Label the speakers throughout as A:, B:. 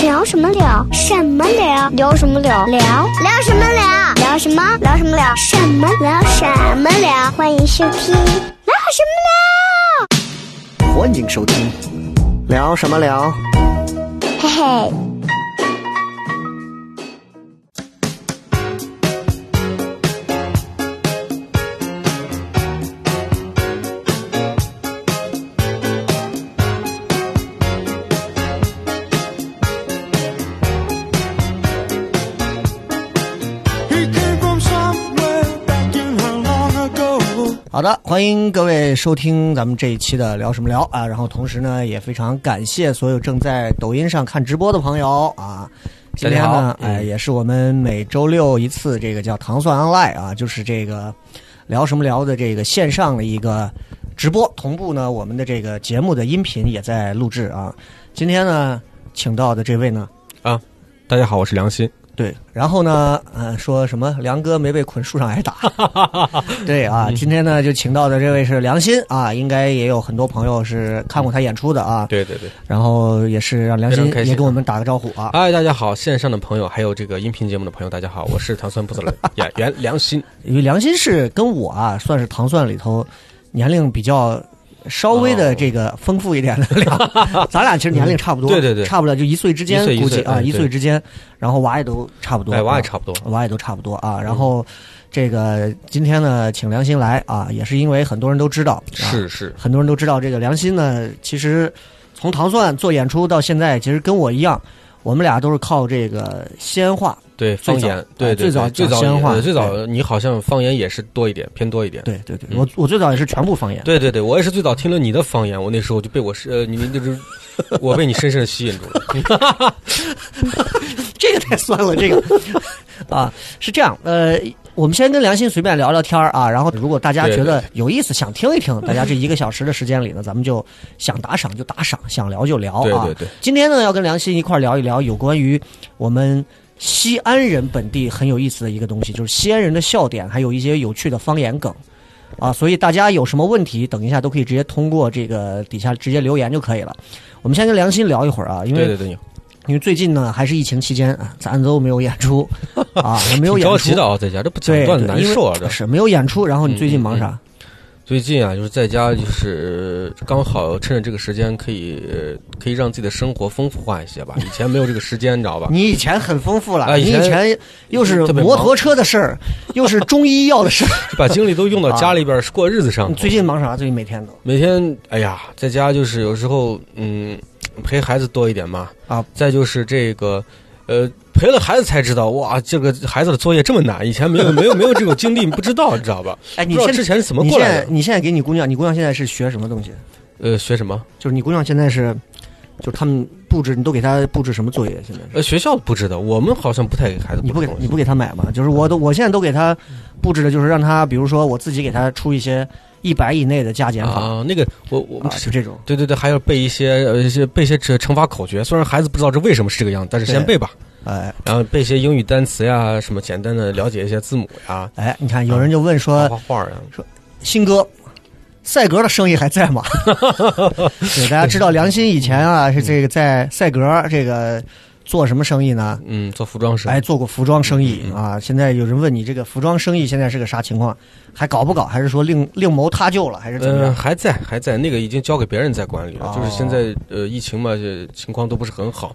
A: 聊什么聊？什么聊？聊什么聊？聊聊什么聊？聊什么？聊什么聊？什么聊？什么聊？欢迎收听聊什么
B: 欢迎收听。聊什么聊？
A: 聊？嘿嘿，
C: He came from somewhere back in how long ago.
B: 好的，欢迎各位收听咱们这一期的聊什么聊啊！然后同时呢，也非常感谢所有正在抖音上看直播的朋友啊。今天呢，哎、也是我们每周六一次这个叫“糖蒜 online” 啊，就是这个聊什么聊的这个线上的一个直播，同步呢，我们的这个节目的音频也在录制啊。今天呢，请到的这位呢，
D: 啊大家好，我是梁鑫。
B: 对，然后呢，呃，说什么梁哥没被捆树上挨 打？对
D: 嗯
B: 啊，今天呢就请到的这位是梁鑫啊，应该也有很多朋友是看过他演出的啊，
D: 对对对，
B: 然后也是让梁鑫
D: 非常开心
B: 也给我们打个招呼啊，
D: 哎嗨，大家好，线上的朋友，还有这个音频节目的朋友，大家好，我是糖酸不 死的演员梁鑫。
B: 因为梁鑫是跟我啊算是糖蒜里头年龄比较。稍微的
D: 哦
B: 这个丰富一点的 梁，咱俩其实年龄差不多，
D: 对对对
B: 差不了就一岁之间
D: 一岁，一
B: 估
D: 岁
B: 计啊
D: 哎
B: 一
D: 对
B: 岁之间，然后娃也都差不多，
D: 哎，我
B: 啊
D: 也差不多。
B: 娃也都差不多啊。
D: 嗯
B: 然后这个今天呢，请梁鑫来啊，也是因为很多人都知道，啊、
D: 是是，
B: 很多人都知道这个梁鑫呢，其实从糖蒜做演出到现在，其实跟我一样。我们俩都是靠这个西安话，
D: 对
B: 最
D: 方
B: 早
D: 言，对
B: 哎
D: 对
B: 最早
D: 对最
B: 讲
D: 早
B: 西安
D: 你
B: 话
D: 呃最早你好像方言也是多一点，偏多一点。
B: 对对对，
D: 嗯
B: 我我最早也是全部方言，
D: 对对对，我也是最早听了你的方言，我那时候就被我是呃，你就是 我被你深深的吸引住了。
B: 这个太酸了，这个 啊是这样，呃，我们先跟梁鑫随便聊聊天儿啊，然后如果大家
D: 对
B: 觉
D: 对
B: 得有意思，想听一听，大家这一个小时的时间里呢，咱们就想打赏就打赏，想聊就聊啊，
D: 对对对，
B: 今天呢，要跟梁鑫一块儿聊一聊有关于我们西安人本地很有意思的一个东西，就是西安人的笑点，还有一些有趣的方言梗啊。所以大家有什么问题，等一下都可以直接通过这个底下直接留言就可以了。我们先跟梁鑫聊一会儿啊，因为
D: 对对对，你
B: 因为最近呢还是疫情期间啊，咱都没有演出 啊，没有
D: 挺
B: 演
D: 着急
B: 出
D: 的。啊，在家这不讲
B: 对，
D: 段
B: 对
D: 子难
B: 因为
D: 受啊，这
B: 是没有演出，然后你最近忙啥？
D: 嗯最近啊，就是在家，就是呃刚好趁着这个时间，可以呃可以让自己的生活丰富化一 些吧。以前没有这个时间，你知道吧？
B: 你以前很丰富了，
D: 啊以
B: 你以
D: 前
B: 前又是
D: 特别
B: 摩
D: 忙
B: 托车的事儿，又是中医药的事儿。
D: 就把精力都用到家里边儿过日子上
B: 啊你
D: 头。
B: 最近忙啥？最近每天都
D: 每天，哎呀，在家就是有时候，嗯，陪孩子多一点嘛。
B: 啊，
D: 再就是这个，呃，陪了孩子才知道，哇，这个孩子的作业这么难，以前没 有没有没有这种经历，你不知道，你知道吧？
B: 哎，
D: 不
B: 你
D: 知道
B: 现
D: 之前是怎么
B: 你
D: 过
B: 现
D: 来
B: 在
D: 的。
B: 你现在给你姑娘，你姑娘现在是学什么东西？
D: 呃，学什么？
B: 就是你姑娘现在是，就是他们布置，你都给她布置什么作业？现在是
D: 呃，学校不知道，我们好像不太给孩子
B: 你不
D: 布置
B: 给
D: 东西。
B: 你不给她买吗？就是我都我现在都给她布置的，就是让她，比如说我自己给她出一些一百以内的加减法
D: 啊？那个，我我
B: 啊，就这种。
D: 对对对，还要背一些呃一些背一些这惩罚口诀，虽然孩子不知道这为什么是这个样子，但是先
B: 对
D: 背吧。
B: 哎
D: 然后背一些英语单词呀，什么简单的了解一些字母呀，
B: 哎，你看有人就问
D: 画
B: 说，
D: 画画呀。
B: 新哥。赛格的生意还在 吗？对，大家知道梁鑫以前啊是这个在赛格这个做什么生意呢？
D: 嗯，做服装师。
B: 哎，做过服装生
D: 嗯
B: 意啊。现在有人问你这个服装生意现在是个啥情况，还搞不搞？还是说另另谋他救了，还是怎么
D: 呃，
B: 样？
D: 还在还在，那个已经交给别人在管理了。
B: 哦
D: 就是现在呃，疫情嘛，这情况都不是很好，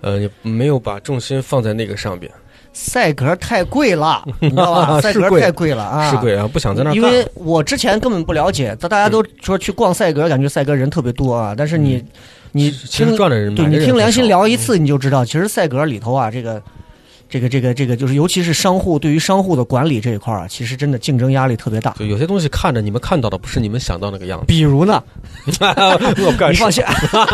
D: 呃，也没有把重心放在那个上边，
B: 赛格太贵 了，你知道吧？
D: 是
B: 赛格
D: 贵
B: 太贵了啊！
D: 是贵啊，不想在那儿
B: 因
D: 干
B: 为我之前根本不了解，大大家都说去逛赛格，感觉赛格人特别多啊。但是你，你
D: 嗯其实
B: 听，
D: 赚的人
B: 对
D: 买
B: 你
D: 的人
B: 听
D: 很
B: 良心
D: 少
B: 聊一次，你就知道，其实赛格里头啊，这个，这个，这个，这个，就是尤其是商户对于商户的管理这一块儿啊，其实真的竞争压力特别大。
D: 就有些东西看着你们看到的不是你们想到那个样 子，
B: 比如呢，
D: 我不敢
B: 你
D: 说
B: 放。心，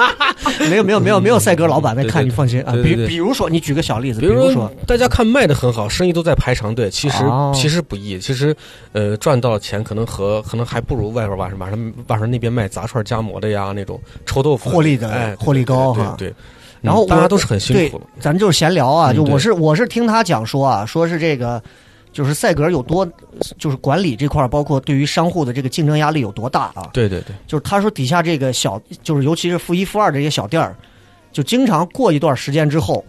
B: 没有没有没有没有赛格老板在看，
D: 嗯对对
B: 你放心啊。
D: 对
B: 比
D: 对对
B: 比如说，你举个小例子，
D: 比
B: 比如
D: 如
B: 说
D: 说，嗯大家看卖的很好，生意都在排长队，其实、
B: 哦
D: 其实不易，其实呃赚到的钱可能和可能还不如外边晚上晚上晚上那边卖杂串夹馍的呀那种臭豆腐
B: 获利
D: 哎
B: 的
D: 对
B: 获利高
D: 对
B: 哈。
D: 对，对
B: 然后
D: 嗯大
B: 我
D: 家都是很辛
B: 对
D: 苦的，
B: 咱就是闲聊啊，
D: 嗯
B: 就我
D: 对
B: 是我是听他讲说啊，说是这个。就是赛格有多，就是管理这块儿，包括对于商户的这个竞争压力有多大啊？
D: 对对对。
B: 就是他说底下这个小，就是尤其是负一负二这些小店儿，就经常过一段时间之后，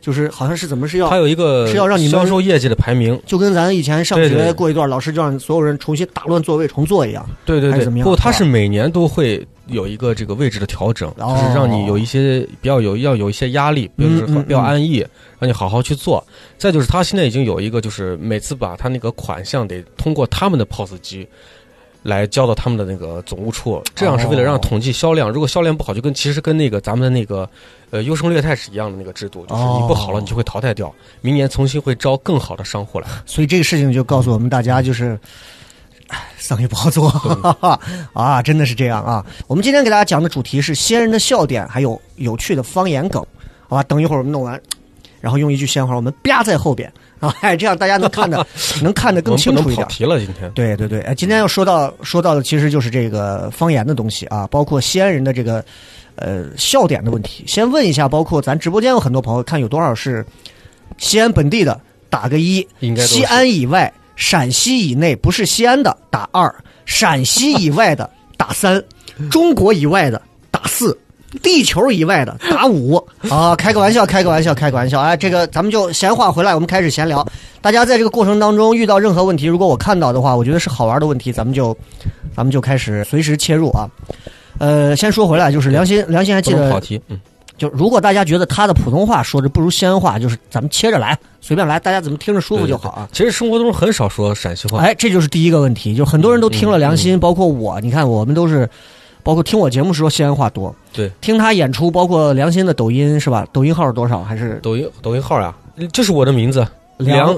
B: 就是好像是怎么是要
D: 它有一个
B: 是要让你们
D: 销售业绩的排名，
B: 就跟咱以前上
D: 对对
B: 学
D: 对
B: 过一段，老师就让所有人重新打乱座位重坐一样。
D: 对对
B: 还是
D: 对
B: 怎么，样
D: 不过它
B: 是吧
D: 是每年都会有一个这个位置的调整，
B: 哦
D: 就是让你有一些比较有要有一些压力，比如说
B: 嗯嗯嗯
D: 比较安逸，让你好好去做。再就是它现在已经有一个，就是每次把它那个款项得通过他们的 POS 机。来交到他们的那个总务处，这样是为了让统计销量。如果销量不好，就跟其实跟那个咱们的那个，呃，优胜劣汰是一样的那个制
B: 哦
D: 度，就是你不好了，你就会淘汰掉，明年重新会招更好的商户来。
B: 所以这个事情就告诉我们大家，就是唉生意不好做 啊，真的是这样啊。我们今天给大家讲的主题是先人的笑点，还有有趣的方言梗，好吧？等一会儿我们弄完，然后用一句闲话，我们啪在后边 啊，哎，这样大家能看 的能看得更清
D: 我
B: 楚
D: 们
B: 一
D: 不
B: 点
D: 能跑。题了，今天。
B: 对对对，哎，今天要说到说到的其实就是这个方言的东西啊，包括西安人的这个呃笑点的问题。先问一下，包括咱直播间有很多朋友，看有多少是西安本地的，打个一；
D: 应该都是
B: 西安以外、陕西以内不是西安的打二，陕西以外的打 三，中国以外的打四。地球以外的打五啊，开个玩笑，开个玩笑，开个玩笑！哎，这个咱们就闲话回来，我们开始闲聊。大家在这个过程当中遇到任何问题，如果我看到的话，我觉得是好玩的问题，咱们就咱们就开始随时切入啊。呃，先说回来，就是良心，良心还
D: 不
B: 记
D: 能
B: 得
D: 跑，题，嗯，
B: 就如果大家觉得他的普通话说的不如西安话，就是咱们切着来，随便来，大家怎么听着舒服就好啊。
D: 其实生活中很少说陕西话，
B: 哎，这就是第一个问题，就很多人都听了良
D: 嗯
B: 心，包括我，你看我们都是，包括听我节目时候西安话多，
D: 对，
B: 听他演出，包括良心的抖音是吧？抖音号是多少？还是
D: 抖音抖音号呀、这是我的名字，
B: 梁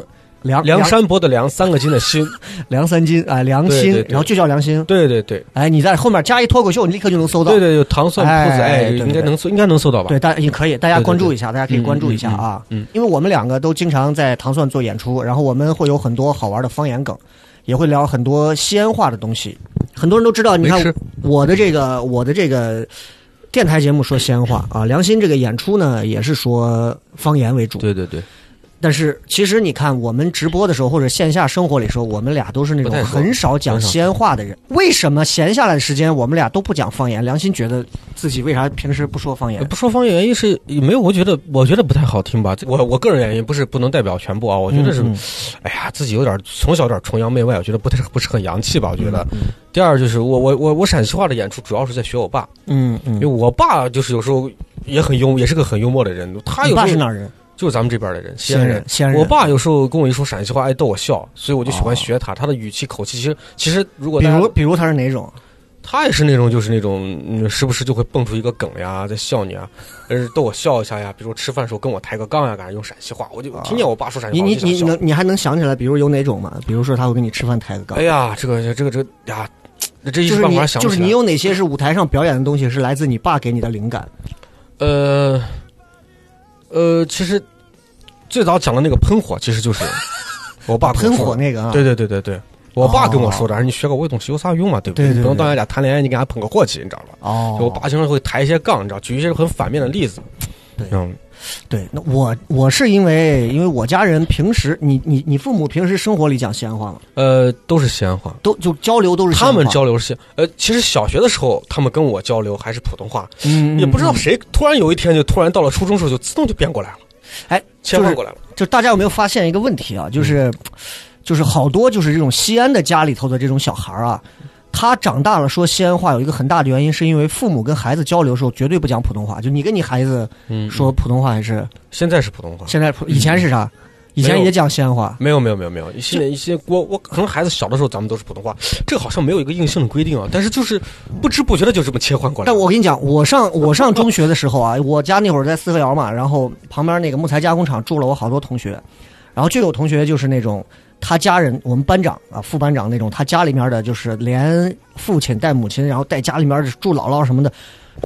D: 梁
B: 梁
D: 梁山伯的梁，三个金 的心。
B: 梁三金啊，良
D: 对
B: 心
D: 对，对
B: 然后就叫良心。
D: 对对对，
B: 哎，你在后面加一脱口秀，你立刻就能搜到。
D: 对对对，糖蒜铺子，
B: 哎
D: 哎，
B: 对对
D: 应该
B: 对
D: 能搜，应该能搜到吧？
B: 对，大家也可以，大家
D: 对对
B: 关注一下，大家可以
D: 嗯
B: 关注一下啊。
D: 嗯嗯嗯
B: 因为我们两个都经常在糖蒜做演出，然后我们会有很多好玩的方言梗，也会聊很多西安话的东西。很多人都知道，你看
D: 没吃
B: 我的这个我的这个电台节目说西安话啊，良心这个演出呢也是说方言为主。
D: 对对对，
B: 但是其实你看，我们直播的时候或者线下生活里时候，我们俩都是那
D: 不太
B: 种
D: 说
B: 很少讲
D: 很少
B: 西安话的人。为什么闲下来的时间我们俩都不讲方言？良心觉得自己为啥平时不说方言
D: 呃？不说方言，原因是没有，我觉得我觉得不太好听吧。这我我个人原因不是不能代表全部啊，我觉得是，
B: 嗯嗯
D: 哎呀，自己有点从小有点崇洋媚外，我觉得不太不是很洋气吧。我觉
B: 嗯
D: 得，第二就是我我我我陕西话的演出主要是在学我爸，
B: 嗯嗯
D: 因为我爸就是有时候也很幽，也是个很幽默的人，他
B: 你
D: 有
B: 爸
D: 时
B: 是
D: 候
B: 哪儿人？
D: 就是咱们这边的人，西
B: 安
D: 安
B: 人
D: 人。
B: 西安人哦
D: 我爸有时候跟我一说陕西话，爱逗我笑，所以我就喜欢学他。他的语气、口气，其实其实如果
B: 比
D: 大家
B: 如比如他是哪种？
D: 他也是那种就是那种、嗯、时不时就会蹦出一个梗呀，在笑你啊，呃逗我笑一下呀。比如吃饭时候跟我抬个杠呀，感觉用陕西话，我就听见我爸说陕西
B: 啊你
D: 话，
B: 你你
D: 我就想笑
B: 能。你还能想起来，比如有哪种吗？比如说他会跟你吃饭抬个杠
D: 哎，呀，这个这个这个呀，这一
B: 就
D: 时
B: 是
D: 半
B: 你
D: 会儿想不
B: 就是
D: 起
B: 你
D: 来。
B: 有哪些是舞台上表演的东西是来自你爸给你的灵感？
D: 呃呃，其实最早讲的那个喷火，其实就是我爸跟
B: 喷
D: 我说
B: 火
D: 的
B: 那个啊，哦
D: 对对对对对，我爸跟我说的，而你学个我懂是有啥用嘛，对不
B: 对对
D: 你不
B: 对
D: 能当人家谈恋爱，你给人家捧个过去，你知道吧？
B: 哦，
D: 就我爸经常会抬一些杠，你知道，举一些很反面的例子。
B: 对
D: 嗯，
B: 对，那我我是因为因为我家人平时你你你父母平时生活里讲西安话吗？
D: 呃，都是西安话。
B: 都就交流都是西安话
D: 他们，交流是西，呃，其实小学的时候，他们跟我交流还是普通话，
B: 嗯，嗯
D: 也不知道
B: 嗯
D: 谁突然有一天就突然到了初中时候就自动就变过来了，
B: 哎，
D: 切
B: 就
D: 换
B: 是
D: 过来了。
B: 就大家有没有发现一个问
D: 嗯
B: 题啊？就是，就是好多就是这种西安的家里头的这种小孩儿啊，他长大了说西安话有一个很大的原因，是因为父母跟孩子交流的时候绝对不讲普通话。就你跟你孩子
D: 嗯，
B: 说普通话还是
D: 现在是普通话，
B: 现在普以前是啥？以前也讲西安话。
D: 没有没有没有没有，现在一些我我可能孩子小的时候咱们都是普通话，这个好像没有一个硬性的规定啊，但是就是不知不觉的就这么切换过来
B: 但
D: 了。
B: 我跟你讲，我上我上中学的时候啊， 我家那会儿在四合窑嘛，然后旁边那个木材加工厂住了我好多同学，然后就有同学就是那种他家人，我们班长啊、副班长那种，他家里面的就是连父亲带母亲，然后带家里面的住姥姥什么的，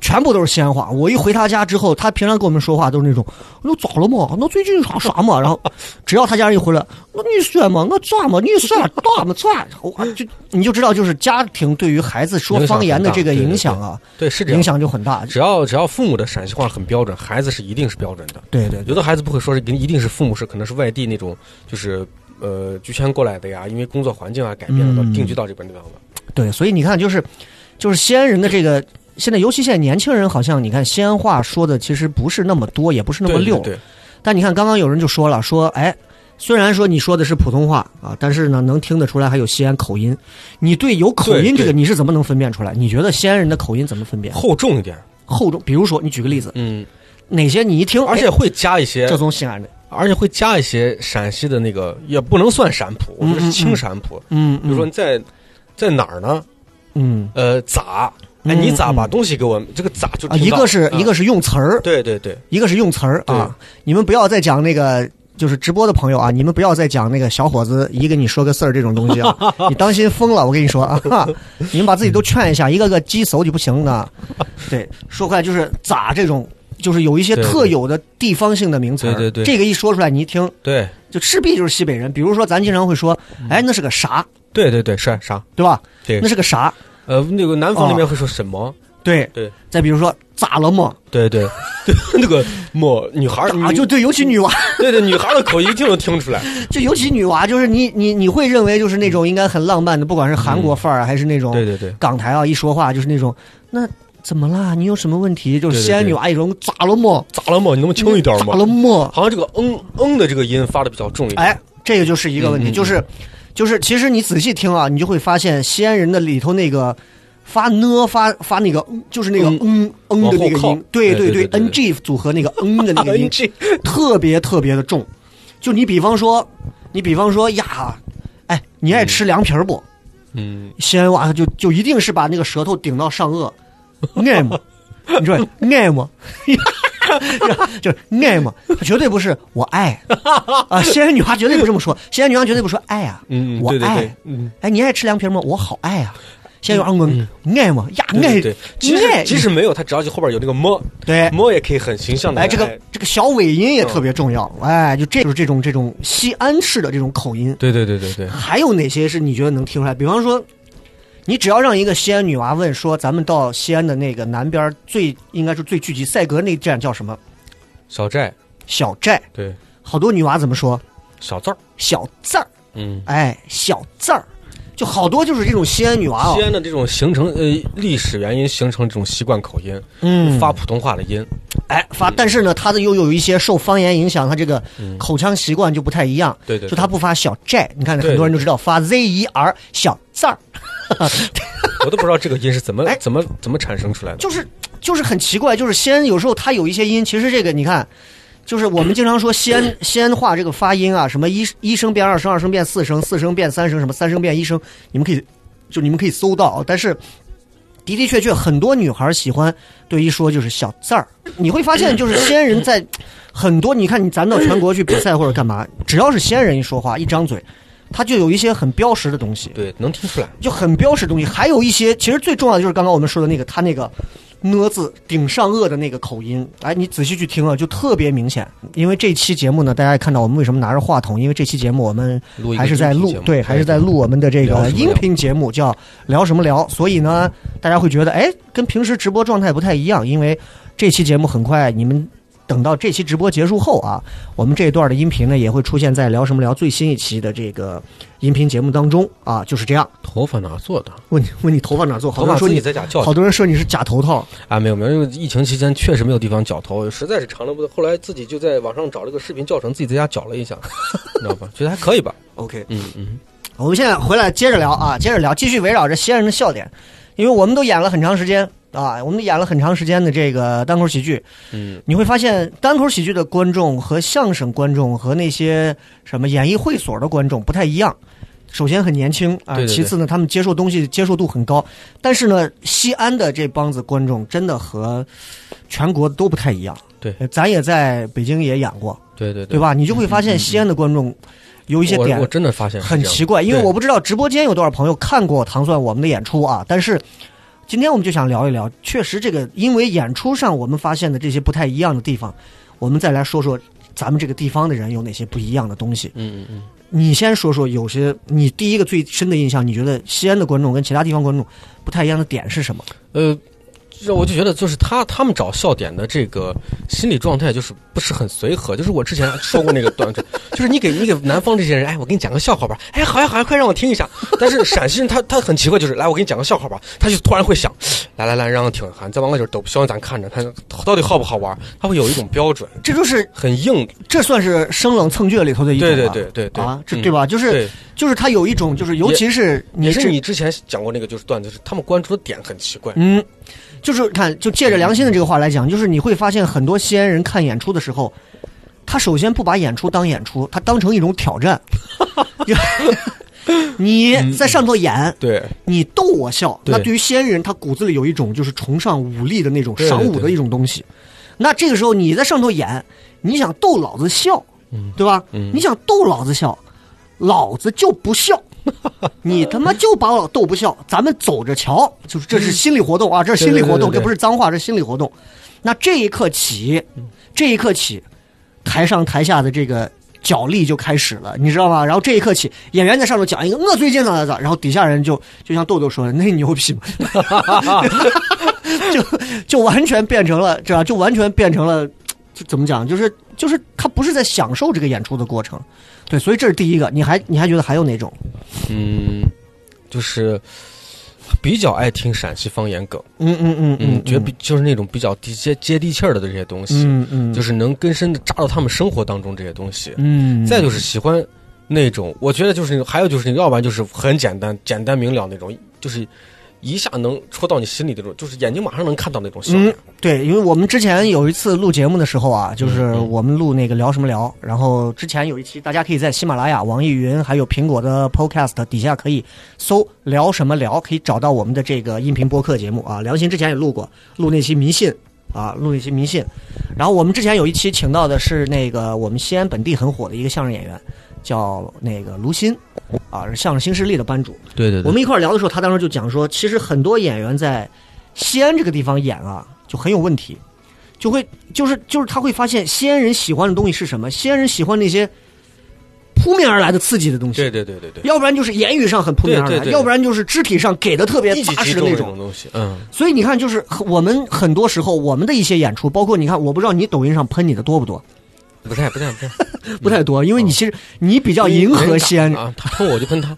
B: 全部都是西安话。我一回他家之后，他平常跟我们说话都是那种，那咋了嘛？ 那最近啥啥嘛？然后只要他家人一回来，那你说嘛？我咋嘛？你说咋嘛？咋？我就 你就知道，就是家庭对于孩子说
D: 影响
B: 方言的
D: 很大
B: 这个
D: 对对
B: 影
D: 对
B: 响啊，
D: 对，是这样
B: 影。响就很大。
D: 只要只要父母的陕西话很标准，孩子是一定是标准的。
B: 对对对
D: 有的孩子不会说是，一定是父母是可能是外地那种，就是呃居迁过来的呀，因为工作环境啊改变了，
B: 嗯
D: 定居到这边地方了。
B: 对，所以你看，就是就是西安人的这个现在尤其现在年轻人好像你看西安话说的其实不是那么多，也不是那么
D: 对
B: 溜。
D: 对对，
B: 但你看刚刚有人就说了，说哎，虽然说你说的是普通话啊，但是呢能听得出来还有西安口音。你对有口音
D: 对
B: 这个
D: 对
B: 你是怎么能分辨出来？你觉得西安人的口音怎么分辨？
D: 厚重一点，
B: 厚重，比如说你举个例子，
D: 嗯，
B: 哪些你一听，
D: 而且
B: 哎
D: 会加一些
B: 这从西安的，
D: 而且会加一些陕西的那个，也不能算陕普，我觉得是轻陕普。
B: 嗯，
D: 比如说你在在哪儿呢？
B: 嗯
D: 呃，咋？哎，
B: 嗯
D: 你咋
B: 嗯
D: 把东西给我？这个咋就
B: 啊，
D: 听
B: 一
D: 到嗯
B: 个是一个是用词儿，
D: 对对对，
B: 一个是用词儿啊，你们不要再讲那个。就是直播的朋友啊，你们不要再讲那个小伙子一给你说个事儿这种东 西啊，你当心疯了，我跟你说啊， 你们把自己都劝一下，一个个鸡手就不行 的。对，说回来就是咋这种，就是有一些
D: 对对
B: 特有的地方性的名词儿，
D: 对对对
B: 这个一说出来你一听
D: 对
B: 就势必就是西北人。比如说咱经常会说，哎，那是个啥，
D: 对对对，是啊啥？
B: 对吧？
D: 嗯对
B: 那，是个啥？
D: 呃，那个南方那边会说什么？
B: 对
D: 对。
B: 再比如说咋了么？
D: 对对对， 那个某女孩儿
B: 啊，就对，尤其女娃，
D: 对对，女孩儿的口音一听就听出来。
B: 就尤其女娃，就是你你你会认为就是那种应该很浪漫的，不管是韩国范儿啊还是那
D: 嗯对
B: 种
D: 对对，
B: 港台啊，一说话就是那种那怎么啦？你有什么问题？就是
D: 对对
B: 西安女娃一种咋了么？
D: 咋了嘛？你能不能轻一点
B: 咋
D: 嘛？
B: 了么？
D: 好像这个嗯嗯的这个音发的比较重一点。
B: 哎，这个就是一个问
D: 嗯
B: 题，
D: 嗯嗯
B: 就是就是其实你仔细听啊，你就会发现西安人的里头那个。发呢发发那个嗯就是那个嗯嗯的那个
D: 往后靠哎
B: 音，对
D: 对
B: 对
D: 对对对
B: ，ng 组合那个嗯的那 个音，
D: 这
B: 特别特别的重。就你比方说，你比方说呀，哎，你爱吃凉皮儿不？
D: 嗯，
B: 西安娃就就一定是把那个舌头顶到上颚， 爱吗？你说爱吗？ 就是爱吗？她绝对不是我爱啊！西安女娃绝对不这么说，西安女娃绝对不说爱啊，
D: 嗯
B: 我
D: 对对对
B: 爱，
D: 嗯，
B: 哎，你爱吃凉皮儿吗？我好爱啊！西安女娃问爱吗？呀，
D: 对
B: 爱
D: 对对，其
B: 爱
D: 实即使没有，它只要就后边有那个么，
B: 对
D: 么也可以很形象的。
B: 哎，这个，这个小尾音也特别重要，哎，就这就是这种这种西安式的这种口音。
D: 对对对对对，
B: 还有哪些是你觉得能听出来？比方说，你只要让一个西安女娃问说，咱们到西安的那个南边最应该是最聚集赛格那站叫什么
D: 小寨，
B: 小寨，
D: 对，
B: 好多女娃怎么说
D: 小寨儿，
B: 小字儿，
D: 嗯。
B: 哎，小字儿，就好多就是这种西安女娃
D: 西
B: 哦，
D: 安的这种形成呃历史原因形成这种习惯口音，
B: 嗯
D: 发普通话的音，
B: 哎
D: 嗯
B: 发，但是呢，她的又有一些受方言影响，她这个口腔习惯就不太一样，
D: 对对对
B: 就她不发小寨，你看
D: 对
B: 很多人就知道发 z e r 小字儿，
D: 我都不知道这个音是怎么
B: 哎
D: 怎么怎么产生出来的。
B: 就是就是很奇怪，就是西安有时候它有一些音，其实这个你看，就是我们经常说西安西安话这个发音啊，什么一一声变二声，二声变四声，四声变三声，什么三声变一声，你们可以就你们可以搜到，但是。的的确确，很多女孩喜欢对一说就是小字儿。你会发现，就是西安人在很多，你看你咱到全国去比赛或者干嘛，只要是西安人一说话一张嘴，他就有一些很标识的东西。
D: 对，能听出来。
B: 就很标识的东西。还有一些，其实最重要的就是刚刚我们说的那个，他那个呢字顶上颚的那个口音，哎，你仔细去听啊，就特别明显。因为这期节目呢，大家也看到我们为什么拿着话筒，因为这期节目我们
D: 录一个
B: 还是在
D: 音频
B: 录
D: 节，目
B: 对，还是在录我们的这
D: 聊
B: 个
D: 什么
B: 音
D: 聊
B: 频节目，叫聊什么聊。所以呢，大家会觉得，哎，跟平时直播状态不太一样，因为这期节目很快你们。等到这期直播结束后啊，我们这一段的音频呢也会出现在聊什么聊最新一期的这个音频节目当中啊，就是这样。
D: 头发哪做的？
B: 问你问你头发哪儿做？好
D: 头
B: 多
D: 发
B: 人说
D: 自己
B: 你
D: 在家叫
B: 好多人说你是假头套，
D: 啊，没有没有，因为疫情期间确实没有地方绞头，实在是长了不得。后来自己就在网上找了个视频教程，自己在家绞了 一下，你知道吧？觉得还可以吧。
B: OK，
D: 嗯嗯，
B: 我们现在回来接着聊啊，接着聊，继续围绕着西安人的笑点，因为我们都演了很长时间啊，我们都演了很长时间的这个单口喜剧，
D: 嗯，
B: 你会发现单口喜剧的观众和相声观众和那些什么演艺会所的观众不太一样。首先很年轻啊，
D: 对对对
B: 其次呢，他们接受东西接受度很高，但是呢，西安的这帮子观众真的和全国都不太一样。
D: 对
B: 呃，咱也在北京也演过，
D: 对对对
B: 对？吧？你就会发现西安的观众有一些
D: 我我
B: 点
D: 真的发现是
B: 很
D: 这样
B: 奇怪，因为
D: 对
B: 我不知道直播间有多少朋友看过糖蒜我们的演出啊，但是。今天我们就想聊一聊，确实这个因为演出上我们发现的这些不太一样的地方，我们再来说说咱们这个地方的人有哪些不一样的东西。
D: 嗯嗯嗯。
B: 你先说说有些你第一个最深的印象，你觉得西安的观众跟其他地方观众不太一样的点是什么？
D: 呃，让我就觉得就是他他们找笑点的这个心理状态就是不是很随和，就是我之前说过那个段子， 就是你给你给南方这些人，哎，我给你讲个笑话吧，哎，好呀好呀，快让我听一下。但是陕西人他他很奇怪，就是来我给你讲个笑话吧，他就突然会想，来来来，让我听一下，你再往那就是逗，希望咱看着看到底好不好玩，他会有一种标准，
B: 这就是
D: 很硬的，
B: 这算是生冷蹭倔里头的一种
D: 对
B: 吧？
D: 对对对对
B: 啊，这
D: 嗯
B: 对吧？就是
D: 对
B: 就是他有一种就是，尤其是
D: 也
B: 你
D: 是
B: 这
D: 你之前讲过那个就是段子，就是他们关注的点很奇怪，
B: 嗯，就是看，就借着良心的这个话来讲，就是你会发现很多西安人看演出的时候，他首先不把演出当演出，他当成一种挑 战。就你在上头演，
D: 嗯对，
B: 你逗我笑，
D: 对
B: 那对于西安人，他骨子里有一种就是崇尚武力的那种
D: 对对
B: 赏武的
D: 对
B: 一种东西。那这个时候你在上头演，你想逗老子笑，对吧？
D: 嗯
B: 你想逗老子笑，老子就不 笑，你他妈就把我逗不笑，咱们走着瞧。就是这是心理活动啊，这是心理活动，
D: 嗯对对对对对
B: 这不是脏话，这是心理活动。那这一刻起，这一刻起，台上台下的这个角力就开始了，你知道吗？然后这一刻起，演员在上头讲一个我最近咋咋咋，然后底下人就就像豆豆说的，那牛批嘛， 就就完全变成了这样，就完全变成了，就怎么讲，就是就是他不是在享受这个演出的过程，对，所以这是第一个。你还你还觉得还有哪种？
D: 嗯，就是比较爱听陕西方言梗，
B: 嗯嗯嗯
D: 嗯，觉得比就是那种比较地接接地气儿的这些东西，
B: 嗯嗯，
D: 就是是能根深的扎到他们生活当中这些东西。
B: 嗯，
D: 再就是喜欢那种，我觉得就是那种还有就是，要不然就是很简单、简单明了那种，就是一下能戳到你心里的那种，就是眼睛马上能看到那种笑点。
B: 嗯，对，因为我们之前有一次录节目的时候啊，就是
D: 嗯嗯
B: 我们录那个聊什么聊，然后之前有一期，大家可以在喜马拉雅、网易云还有苹果的 Podcast 底下可以搜“聊什么聊”，可以找到我们的这个音频播客节目啊。良心之前也录过，录那期迷信啊，录那期迷信。然后我们之前有一期请到的是那个我们西安本地很火的一个相声演员，叫那个卢鑫啊，是相声新势力的班主。
D: 对对
B: 我们一块儿聊的时候，他当时就讲说，其实很多演员在西安这个地方演啊，就很有问题，就会就是就是他会发现西安人喜欢的东西是什么？西安人喜欢那些扑面而来的刺激的东西，
D: 对对对对对，
B: 要不然就是言语上很扑面而来，
D: 对对对对
B: 要不然就是肢体上给的特别
D: 一己
B: 扎
D: 击
B: 实的
D: 中
B: 那
D: 那
B: 种。
D: 东西，嗯，
B: 所以你看，就是很我们很多时候我们的一些演出，包括你看，我不知道你抖音上喷你的多不多，
D: 不太不太 不太，
B: 不太多，因为你其实你比较迎合西安人
D: 啊，他喷我就喷 他，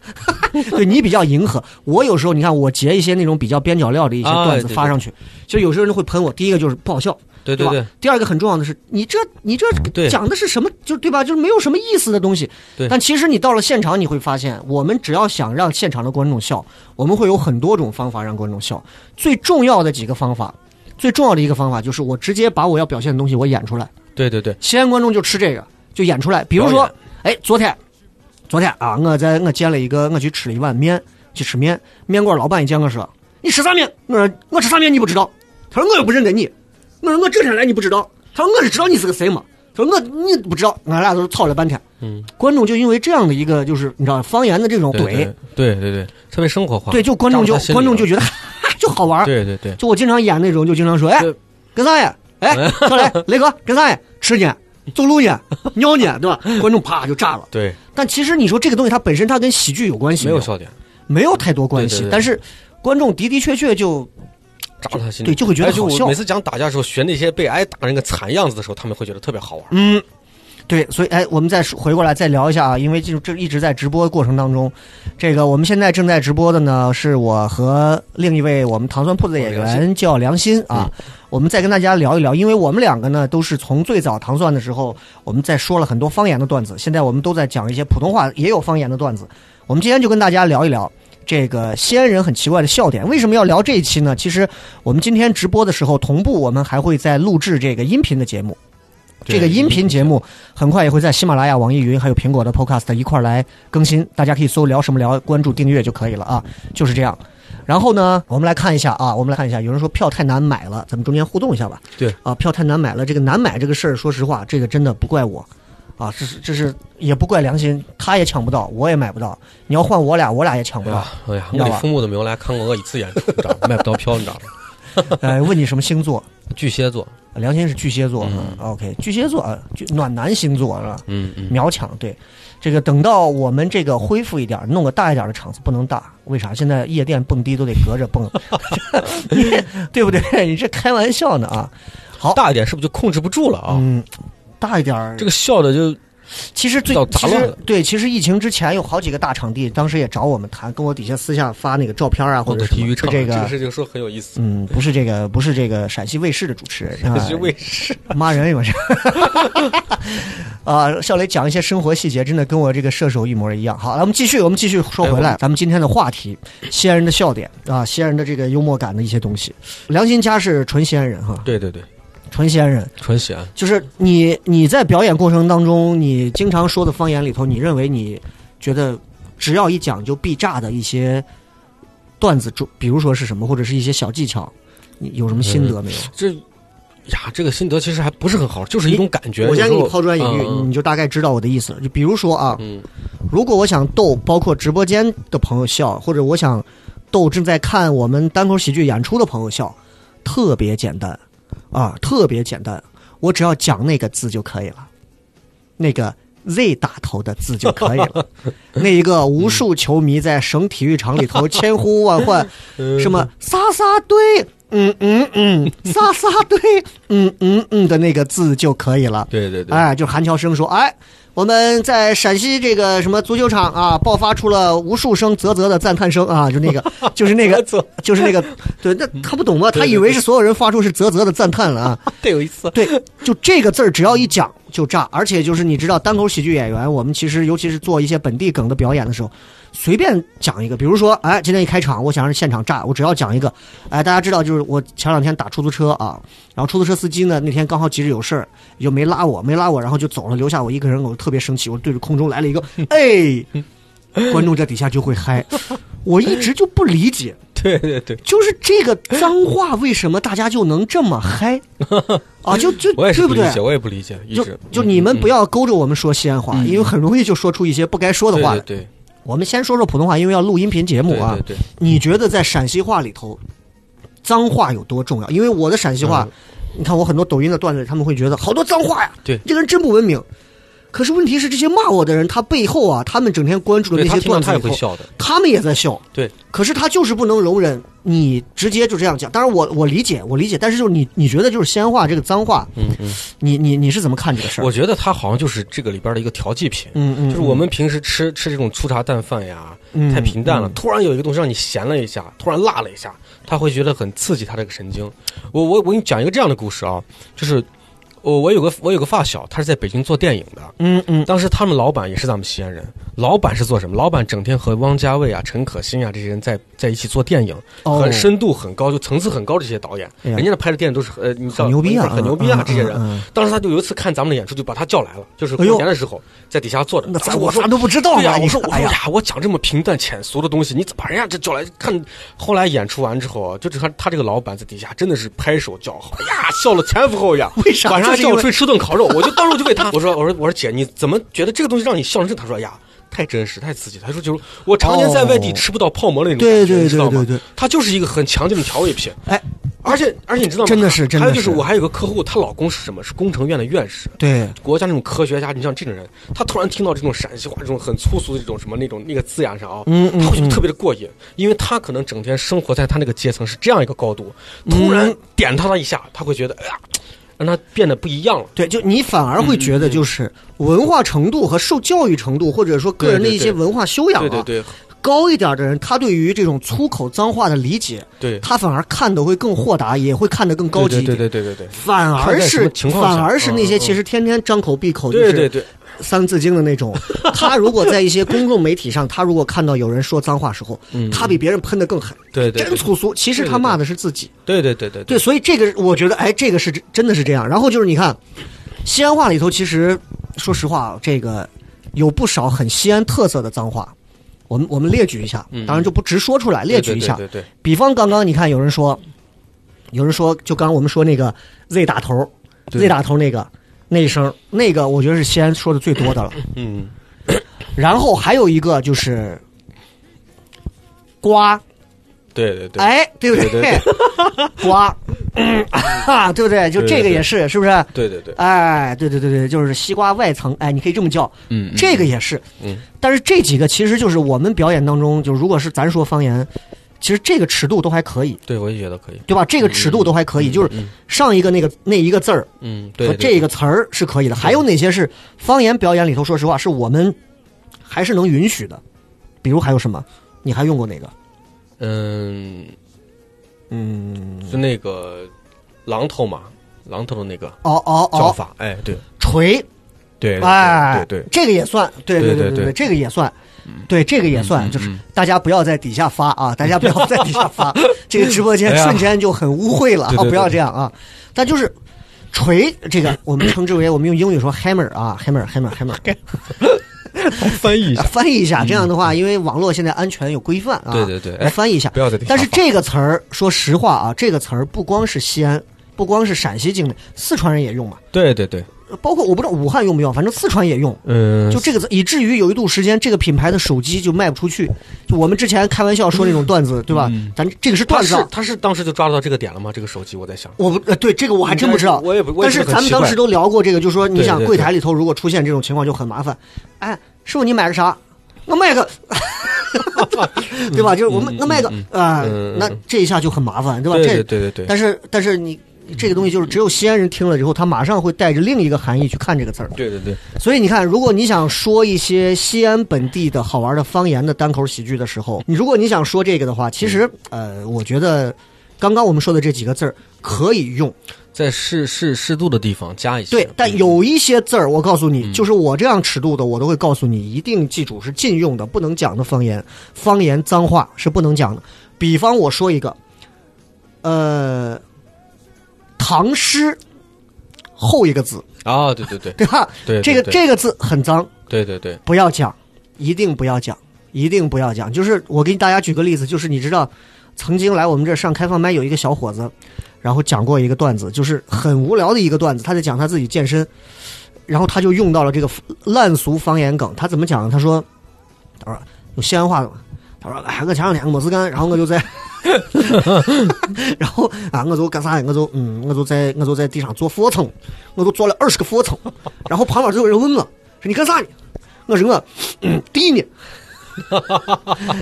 B: 对你比较迎合，我有时候你看我截一些那种比较边角料的一些
D: 啊
B: 段子
D: 对对
B: 发上去，就有时候人会喷我。第一个就是不好笑，
D: 对
B: 对吧？
D: 对，嗯
B: 第二个很重要的是，你这你这
D: 对
B: 讲的是什么？就对吧？就是没有什么意思的东西。
D: 对
B: 但其实你到了现场，你会发现，我们只要想让现场的观众笑，我们会有很多种方法让观众笑。最重要的几个方法，最重要的一个方法就是我直接把我要表现的东西我演出来。
D: 对对 对，
B: 西安观众就吃这个，就演出来。比如
D: 表
B: 说
D: 演，
B: 哎，昨天，昨天啊，我在我煎了一个，我去吃了一碗面，去吃面，面馆老板一见我说：“你吃啥面？”我说：“我吃啥面你不知道？”他说：“我又不认得你。”我说：“我这天来你不知道？”他说：“我是知道你是个谁嘛。”他说：“我你不知道。”俺俩都吵了半天。
D: 嗯，
B: 观众就因为这样的一个就是你知道方言的这种
D: 对
B: 怼，
D: 对对对，特别生活化，
B: 对，就观众就
D: 扎到他心里
B: 观众
D: 了
B: 就觉得就好玩儿。
D: 对对对，
B: 就我经常演那种，就经常说，哎
D: 对，
B: 跟上呀，哎， 上来，雷哥，跟上呀，吃呢，走 路呢，尿呢，对吧？观众啪就炸了。
D: 对，
B: 但其实你说这个东西它本身它跟喜剧有关系
D: 没
B: 有
D: 有笑点，
B: 没有太多关系，
D: 对对对
B: 但是观众的的确确就
D: 扎到他心里，
B: 对就会觉得
D: 而且我
B: 好笑
D: 每次讲打架的时候，学那些被挨打那个惨样子的时候，他们会觉得特别好玩。
B: 嗯，对，所以哎，我们再说回过来再聊一下啊，因为就这一直在直播过程当中，这个我们现在正在直播的呢，是我和另一位我们糖蒜铺子的演
D: 哦良
B: 员叫梁鑫啊，我们再跟大家聊一聊，因为我们两个呢都是从最早糖蒜的时候，我们在说了很多方言的段子，现在我们都在讲一些普通话也有方言的段子，我们今天就跟大家聊一聊。这个西安人很奇怪的笑点，为什么要聊这一期呢？其实我们今天直播的时候，同步我们还会在录制这个音频的节目，
D: 对
B: 这个音频节目很快也会在喜马拉雅、网易云还有苹果的 Podcast 一块儿来更新，大家可以搜“聊什么聊”，关注订阅就可以了啊，就是这样。然后呢，我们来看一下啊，我们来看一下，有人说票太难买了，咱们中间互动一下吧。
D: 对
B: 啊，票太难买了，这个难买这个事儿，说实话，这个真的不怪我，啊，这是这是也不怪良心，他也抢不到，我也买不到。你要换我俩，我俩也抢不
D: 哎
B: 到
D: 呀。，哎呀，
B: 啊你知
D: 我
B: 道
D: 里
B: 吧
D: 夫木的 没有来看过我一次演出，你知道吗？卖不到票，你知道吗？
B: 呃，问你什么星座？
D: 巨蟹座，
B: 梁先生是巨蟹座、
D: 嗯
B: o k 巨蟹座，啊巨暖男星座是吧？
D: 嗯嗯，
B: 秒抢对，这个等到我们这个恢复一点儿，弄个大一点儿的场子不能大，为啥？现在夜店蹦迪都得隔着蹦， 对不对？你这开玩笑呢啊！好，
D: 大一点是不是就控制不住了啊？
B: 嗯，大一点儿
D: 这个笑的就
B: 其实最
D: 比较
B: 其
D: 杂乱
B: 实
D: 了
B: 对，其实疫情之前有好几个大场地，当时也找我们谈，跟我底下私下发那个照片啊，或
D: 或
B: 者
D: 者
B: 什
D: 体
B: 么
D: 育
B: 是
D: 场，
B: 这
D: 这
B: 个
D: 个。事情说很有意思，
B: 嗯，不是这个，不是这个陕西卫视的主持人，啊
D: 这是为啥？
B: 骂人也不是。 啊，笑雷讲一些生活细节，真的跟我这个射手一模一样。好，咱们继哎续，我们继续说回来，咱们今天的话题，西安人的笑点啊，西安人的这个幽默感的一些东西。良心家是纯西安人哈，
D: 对对对，
B: 纯西安人，
D: 纯喜安。
B: 就是你你在表演过程当中，你经常说的方言里头，你认为你觉得只要一讲就必炸的一些段子中，比如说是什么，或者是一些小技巧，你有什么心得没有？
D: 这呀，这个心得其实还不是很好，就是一种感觉。
B: 我先给
D: 有
B: 你
D: 时候
B: 抛砖引玉，
D: 嗯
B: 你就大概知道我的意思了。就比如说啊，
D: 嗯
B: 如果我想逗包括直播间的朋友笑，或者我想逗正在看我们单口喜剧演出的朋友笑，特别简单啊，特别简单，我只要讲那个字就可以了，那个 Z 打头的字就可以 了。那一个无数球迷在省体育场里 头千呼万唤，
D: 嗯
B: 什么“撒撒堆”，嗯嗯嗯，“撒撒堆”，嗯嗯嗯的那个字就可以了。
D: 对对对，
B: 哎，就是韩乔生说，哎，我们在陕西这个什么足球场啊，爆发出了无数声啧啧的赞叹声啊，就那个，就是那 个，就是那个，对，那他不懂吗？他以为是所有人发出是啧啧的赞叹了啊。
D: 太有意思。
B: 对，就这个字儿，只要一讲就炸，而且就是你知道，单口喜剧演员，我们其实尤其是做一些本地梗的表演的时候，随便讲一个，比如说，哎，今天一开场，我想让现场炸，我只要讲一个，哎，大家知道，就是我前两天打出租车啊，然后出租车司机呢那天刚好急着有事儿，也就没拉我，没拉我，然后就走了，留下我一个人，我特别生气，我对着空中来了一个，哎，观众在底下就会嗨，我一直就不理解。
D: 对对对，
B: 就是这个脏话，为什么大家就能这么 嗨啊？就就
D: 我也是
B: 对不
D: 理
B: 对
D: 解，？我也不理解，一
B: 就
D: 直
B: 就
D: 嗯
B: 你们不
D: 嗯
B: 要勾着我们说西安话，因为很容易就说出一些不该说的话来。
D: 对对
B: 我们先说说普通话，因为要录音频节
D: 对，
B: 目啊。
D: 对对对
B: 你觉得在陕西话里头，脏话有多重要？因为我的陕西
D: 嗯
B: 话，你看我很多抖音的段子，他们会觉得好多脏话呀，
D: 对
B: 你这个人真不文明。可是问题是，这些骂我的人，他背后啊，他们整天关注的
D: 对，
B: 那
D: 他
B: 些
D: 听到
B: 段子
D: 他
B: 里
D: 也
B: 头
D: 会，笑的。
B: 他们也在笑。
D: 对，
B: 可是他就是不能容忍你直接就这样讲。当然我，我理解，我理解，但是就是你你觉得就是西安话这个脏话，
D: 嗯嗯，
B: 你你你是怎么看这个事儿？
D: 我觉得他好像就是这个里边的一个调剂品。
B: 嗯嗯，
D: 就是我们平时吃吃这种粗茶淡饭呀，
B: 嗯
D: 太平淡了。
B: 嗯
D: 突然有一个东西让你咸了一下，突然辣了一下，他会觉得很刺激他这个神经。我我我给你讲一个这样的故事啊，就是我我有个我有个发小，他是在北京做电影的，
B: 嗯嗯
D: 当时他们老板也是咱们西安人，老板是做什么？老板整天和汪家卫啊、陈可辛啊这些人在在一起做电影，
B: 哦
D: 很深度很高，就层次很高。这些导演，
B: 哎呀
D: 人家拍的电影都是呃，你知道
B: 很牛逼啊
D: 文化很牛逼
B: 嗯
D: 啊
B: 嗯！
D: 这些人
B: 嗯嗯，
D: 当时他就有一次看咱们的演出，就把他叫来了，就是过
B: 哎呦
D: 年的时候在底下坐着。
B: 那
D: 当
B: 咱
D: 时
B: 我
D: 我说
B: 啥都不知道
D: 对呀、
B: 啊！
D: 我
B: 你
D: 说我说
B: 哎呀，
D: 呀，我讲这么平淡浅俗的东西，你怎么把人家这叫来看？后来演出完之后啊，就是他他这个老板在底下真的是拍手叫好，哎呀，笑了前俯后仰。
B: 为啥
D: 晚上还
B: 就是因
D: 叫
B: 为
D: 我出去吃顿烤肉，我就当时我就问 他，我说我说我说姐，你怎么觉得这个东西让你笑成这？他说哎呀。太真实，太刺激。他说：“就是我常年在外地
B: 哦
D: 吃不到泡馍那种感觉，
B: 对对
D: 你知道
B: 对
D: 吗
B: 对对，
D: 它就是一个很强劲的调味品。
B: 哎，
D: 而且而且你知道吗？
B: 真的是真的
D: 还有就是是我还有个客户，她老公是什么？是工程院的院士。
B: 对，
D: 国家那种科学家，你像这种人，他突然听到这种陕西话这种很粗俗的这种什么那种那个字眼上啊，
B: 嗯嗯
D: 他会觉得特别的过瘾，因为他可能整天生活在他那个阶层是这样一个高度，突
B: 嗯
D: 然点他了一下，他会觉得哎呀，让他变得不一样了。
B: 对，就你反而会觉得
D: 嗯
B: 就是文化程度和受教育程度，或者说个人的一些
D: 对对对
B: 文化修养啊，
D: 对对对
B: 高一点的人，他对于这种粗口脏话的理解，
D: 对
B: 他反而看得会更豁达，也会看得更高级一点。
D: 对对对对对对
B: 反而
D: 看在什
B: 是
D: 么情况下
B: 反而是那些
D: 嗯嗯
B: 其实天天张口闭口就
D: 对
B: 是
D: 对对，
B: 《三字经》的那 种，他如果在一些公众媒体上，他如果看到有人说脏话时候，他比别人喷的更狠，
D: 嗯对对对
B: 真粗俗。其实他骂的是自己，
D: 对对对对
B: 对，所以这个我觉得，哎，这个是真真的是这样。然后就是你看，西安话里头，其实说实话，啊这个有不少很西安特色的脏话，我们我们列举一下，当然就不直说出来，列举一下。
D: 嗯对对对对
B: 比方刚刚你看有人说，有人说，就刚刚我们说那个 Z 打头，Z 打头那个那一声，那个我觉得是西安说的最多的了。
D: 嗯，
B: 然后还有一个就是瓜
D: 对对对，
B: 哎，对不
D: 对
B: 对？ 瓜，嗯啊，对不对？就
D: 对对
B: 这个
D: 对
B: 也是，是不是？
D: 对对对，
B: 哎，对对对对，就是西瓜外层，哎，你可以这么叫，
D: 嗯，嗯
B: 这个也是，
D: 嗯，
B: 但是这几个其实就是我们表演当中，就如果是咱说方言，其实这个尺度都还可以，
D: 对我也觉得可以，
B: 对吧？这个尺度都还可以，就是
D: 嗯
B: 上一个那个那一个字儿
D: 嗯，对
B: 和
D: 对
B: 这个词儿是可以的，还有哪些是方言表演里头，说实话是我们还是能允许的，比如还有什么？你还用过哪个？
D: 嗯，
B: 嗯，
D: 就那个榔头嘛，榔头的那个
B: 哦哦
D: 叫
B: 哦，
D: 法，哎，对
B: 锤，
D: 对，对
B: 哎，
D: 对对，
B: 这个也算，对
D: 对
B: 对
D: 对
B: 对
D: 对
B: 这个也算，对这个也算，
D: 嗯
B: 就是
D: 嗯
B: 大家不要在底下发 啊，大家不要在底下发，这个直播间
D: 哎呀
B: 瞬间就很污秽了啊
D: 对对，对
B: 不要这样啊。但就是锤这个，我们称之为我们用英语说 hammer 啊，hammer hammer hammer，
D: 翻译一下，
B: 翻译一下，这样的话，因为网络现在安全有规范啊，
D: 嗯对对对哎
B: 来翻译一下。
D: 不要在底下
B: 但是
D: 发
B: 这个词儿，说实话啊，这个词儿不光是西安，不光是陕西境内，四川人也用嘛，
D: 对对对，
B: 包括我不知道武汉用不用，反正四川也用。
D: 嗯，
B: 就这个字，以至于有一度时间，这个品牌的手机就卖不出去。就我们之前开玩笑说那种段子，对吧？咱这个是
D: 嗯他
B: 段子
D: 是
B: 啊，
D: 他是当时就抓到这个点了吗？这个手机我在想，
B: 我不呃，对这个我还真不知道。
D: 我也不我
B: 但
D: 也不是
B: 是
D: 很
B: 咱们
D: 奇怪
B: 当时都聊过这个，就说你
D: 对
B: 想
D: 对
B: 柜台里头如果出现这种情况就很麻烦。哎，师傅你买个啥？我买 个，对吧？就是我们
D: 嗯
B: 那买个
D: 嗯
B: 啊
D: 嗯嗯，
B: 那这一下就很麻烦，对吧？
D: 对
B: 这
D: 对对对对，
B: 但是但是你这个东西就是只有西安人听了之后，他马上会带着另一个含义去看这个词儿。
D: 对对对，
B: 所以你看，如果你想说一些西安本地的好玩的方言的单口喜剧的时候，你如果你想说这个的话，
D: 嗯
B: 其实呃，我觉得刚刚我们说的这几个字儿可以用。
D: 在适适适度的地方加一些，
B: 对，但有一些字儿，我告诉你，
D: 嗯
B: 就是我这样尺度的，我都会告诉你，一定记住是禁用的，不能讲的方言，方言脏话是不能讲的。比方我说一个，呃，唐诗后一个字，
D: 啊，对对对
B: 对吧？
D: 对，
B: 这个
D: 对
B: 这个字很脏，
D: 对对对，
B: 不要讲，一定不要讲，一定不要讲。就是我给大家举个例子，就是你知道，曾经来我们这儿上开放麦有一个小伙子，然后讲过一个段子，就是很无聊的一个段子，他在讲他自己健身，然后他就用到了这个烂俗方言梗。他怎么讲呢？他说，他说用西安话嘛，他说哎，我前两天没事干，然后我就在。 然后啊，我就干啥呀？我就嗯，我就在我就在地上做俯卧撑，我就做了二十个俯卧撑。然后旁边就有人问我，说你干啥呢？我说我嗯地 呢。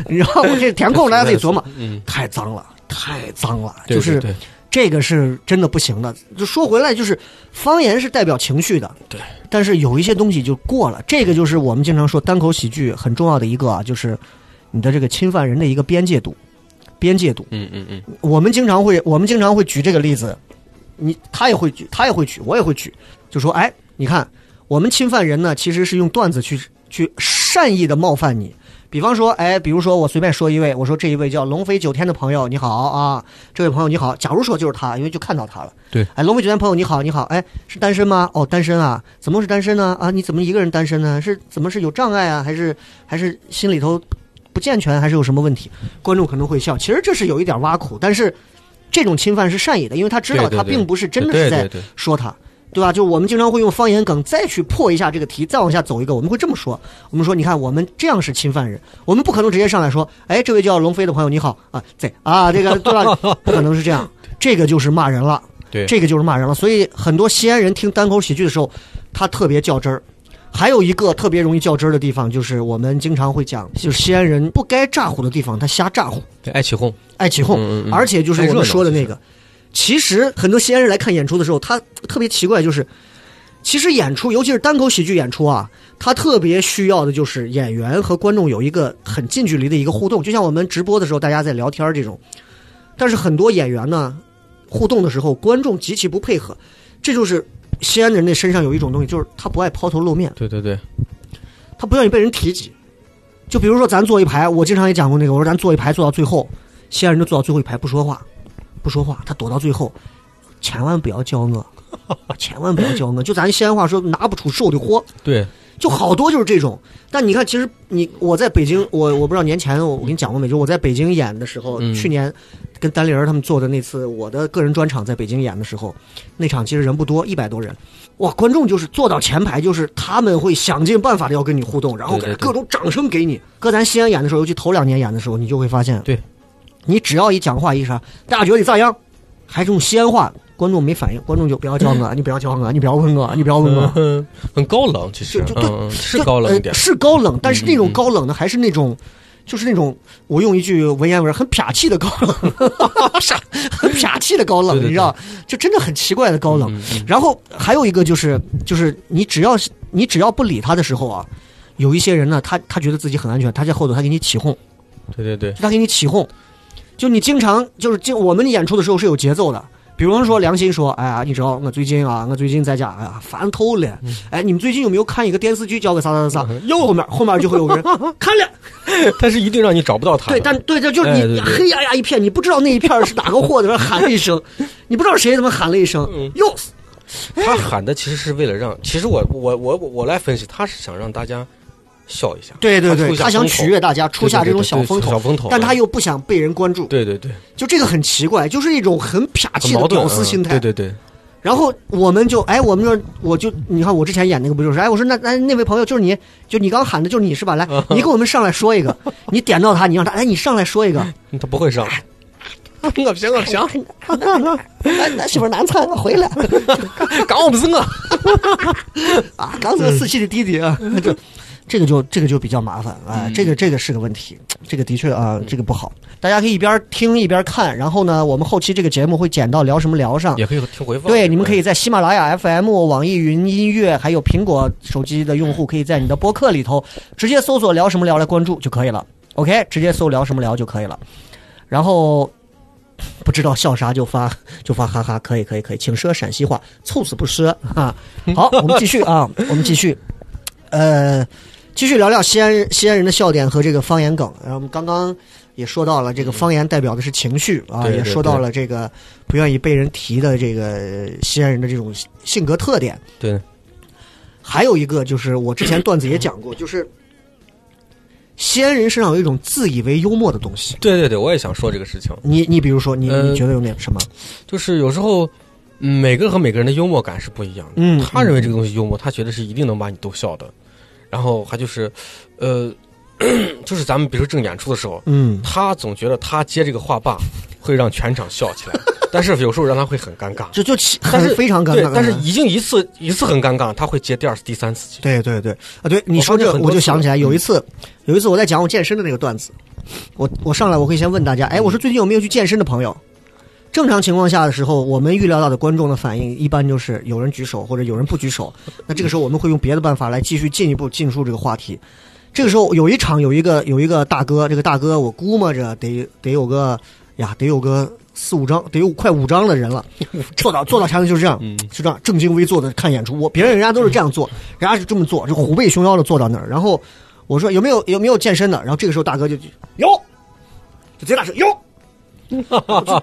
B: 你知道我这填空，大家自己琢磨，太脏了，太脏了，
D: 嗯对
B: 就是
D: 对对
B: 这个是真的不行的。就说回来，就是方言是代表情绪的，
D: 对。
B: 但是有一些东西就过了，这个就是我们经常说单口喜剧很重要的一个啊，就是你的这个侵犯人的一个边界度，边界度。
D: 嗯嗯嗯，
B: 我们经常会，我们经常会举这个例子，你他也会举，他也会举，我也会举，就说，哎，你看，我们侵犯人呢，其实是用段子去去善意的冒犯你。比方说，哎，比如说我随便说一位，我说这一位叫龙飞九天的朋友，你好啊，这位朋友你好。假如说就是他，因为就看到他了。
D: 对
B: 哎，龙飞九天朋友你好，你好，哎，是单身吗？哦，单身啊，怎么是单身呢？啊，你怎么一个人单身呢？是怎么是有障碍啊，还是还是心里头不健全，还是有什么问题？观众可能会笑，其实这是有一点挖苦，但是这种侵犯是善意的，因为他知道
D: 对对
B: 他
D: 对
B: 并不是真的
D: 对
B: 是在
D: 对对
B: 说他，对吧？就我们经常会用方言梗再去破一下这个题，再往下走一个，我们会这么说：我们说，你看，我们这样是侵犯人，我们不可能直接上来说，哎，这位叫龙飞的朋友你好啊，在啊，这个对吧？不可能是这样，这个就是骂人了，
D: 对
B: 这个就是骂人了。所以很多西安人听单口喜剧的时候，他特别较真儿。还有一个特别容易较真儿的地方，就是我们经常会讲，就是西安人不该咋呼的地方，他瞎咋呼。
D: 对爱起哄，
B: 爱起哄，
D: 嗯嗯嗯
B: 而且就是我们说的那个，其实很多西安人来看演出的时候，他特别奇怪，就是其实演出，尤其是单口喜剧演出啊，他特别需要的就是演员和观众有一个很近距离的一个互动，就像我们直播的时候大家在聊天儿这种，但是很多演员呢，互动的时候观众极其不配合，这就是西安人的身上有一种东西，就是他不爱抛头露面。
D: 对对对，
B: 他不愿意被人提及。就比如说咱坐一排，我经常也讲过那个，我说咱坐一排坐到最后，西安人就坐到最后一排不说话，不说话，他躲到最后，千万不要叫我，千万不要叫我，就咱西安话说拿不出手的货，
D: 对，
B: 就好多就是这种。但你看，其实你我在北京，我我不知道年前我我跟你讲过没，就我在北京演的时候，
D: 嗯
B: 去年跟丹立人他们做的那次我的个人专场在北京演的时候，那场其实人不多，一百多人，哇，观众就是坐到前排，就是他们会想尽办法的要跟你互动，然后
D: 对
B: 给
D: 对对
B: 各种掌声给你。搁咱西安演的时候，尤其头两年演的时候，你就会发现，
D: 对，
B: 你只要一讲话一啥，大家觉得你咋样，还是用西安话，观众没反应，观众就不要叫我，啊你不要叫我，你不要问我，啊你不要问我。
D: 嗯，很高冷，其实
B: 就就对
D: 嗯，嗯是
B: 就
D: 高冷一点嗯
B: 呃，。是高冷，但是那种高冷呢，还是那种，就是那种我用一句文言文很痞气的高冷， 傻，很痞气的高冷，
D: 对对对
B: 你知道，就真的很奇怪的高冷。
D: 嗯嗯
B: 然后还有一个就是，就是你只要你只要不理他的时候啊，有一些人呢，他他觉得自己很安全，他在后头他给你起哄，呃
D: 对对对，
B: 他给你起哄，就你经常就是就我们演出的时候是有节奏的。比方说，良心说，哎呀，你知道我最近啊，我最近在家，哎呀，烦透了。
D: 嗯
B: 哎，你们最近有没有看一个电视剧叫个啥啥啥啥？又后面后面就会有 个人看了，
D: 但是一定让你找不到他的。
B: 对，但对，这就是
D: 哎对
B: 你
D: 对
B: 黑压压一片，你不知道那一片是哪个货在那喊了一 声，你不知道谁他妈喊了一声，
D: 嗯
B: 哟，
D: 他喊的其实是为了让，其实我我我我来分析，他是想让大家笑一下，
B: 对对对，
D: 出一下
B: 他想
D: 风头
B: 取悦大家，出下这种
D: 对对对对
B: 风
D: 小风头嗯
B: 但他又不想被人关注，
D: 对对对，
B: 就这个很奇怪，就是一种很痞
D: 很
B: 气
D: 矛
B: 的
D: 盾，
B: 屌丝心态。
D: 嗯对对对，
B: 然后我们就哎，我们说我就你看我之前演那个不就是哎，我说那那那位朋友就是你，就你刚喊的就是你是吧？来，你给我们上来说一 个，你点到他，你让他哎，你上来说一个，
D: 嗯他不会上。
B: 哎
D: 我不行，我不 行，
B: 俺俺媳妇难产，我回来
D: 刚我不是我。
B: 啊，刚才死去的弟弟啊，就这个就这个就比较麻烦啊，这个这个是个问题，这个的确啊，这个不好。大家可以一边听一边看，然后呢，我们后期这个节目会剪到聊什么聊上，
D: 也可以听回放。嗯
B: 对，你们可以在喜马拉雅 FM、网易云音乐，还有苹果手机的用户，
D: 嗯
B: 可以在你的播客里头直接搜索“聊什么聊”来关注就可以了。OK，直接搜“聊什么聊”就可以了。然后不知道笑啥就发就发哈哈，可以可以可以，请说陕西话，臭死不说啊！
D: 嗯
B: 好，我们继续 啊，我们继续，呃，继续聊聊西安人西安人的笑点和这个方言梗。然后我们刚刚也说到了，这个方言代表的是情绪啊，
D: 嗯对对
B: 也说到了这个不愿意被人提的这个呃西安人的这种性格特点。
D: 对，
B: 还有一个就是我之前段子也讲过，就是西安人身上有一种自以为幽默的东西。
D: 对对对，我也想说这个事情，
B: 你你比如说，你
D: 呃
B: 你觉得有点什么？
D: 就是有时候。嗯每个人和每个人的幽默感是不一样的。
B: 嗯
D: 他认为这个东西幽默，他觉得是一定能把你逗笑的。然后还就是，呃， 就是咱们比如说正演出的时候，
B: 嗯，
D: 他总觉得他接这个话霸会让全场笑 起来，但是有时候让他会很尴尬。
B: 这就起
D: 但是
B: 很非常尴
D: 对
B: 尬。，嗯
D: 但是已经一次一次很尴尬，他会接第二次、第三次接。
B: 对对对啊，对你
D: 我
B: 说
D: 发现
B: 这
D: 很多
B: 我就
D: 次
B: 想起来，有一
D: 嗯
B: 次，有一次我在讲我健身的那个段子，我我上来我会先问大家，
D: 嗯
B: 哎，我说最近有没有去健身的朋友？正常情况下的时候，我们预料到的观众的反应一般就是有人举手或者有人不举手，
D: 嗯
B: 那这个时候我们会用别的办法来继续进一步进入这个话题。这个时候有一场有一个有一个大哥，这个大哥我估摸着得得有个呀，得有个四五张，得有快五张的人了。坐到坐到前面就是这样，
D: 嗯
B: 就这样正襟危坐的看演出。我别人人家都是这样做，人家是这么做，就虎背熊腰的坐到那儿。然后我说有没有有没有健身的？然后这个时候大哥就就有，就贼大声有。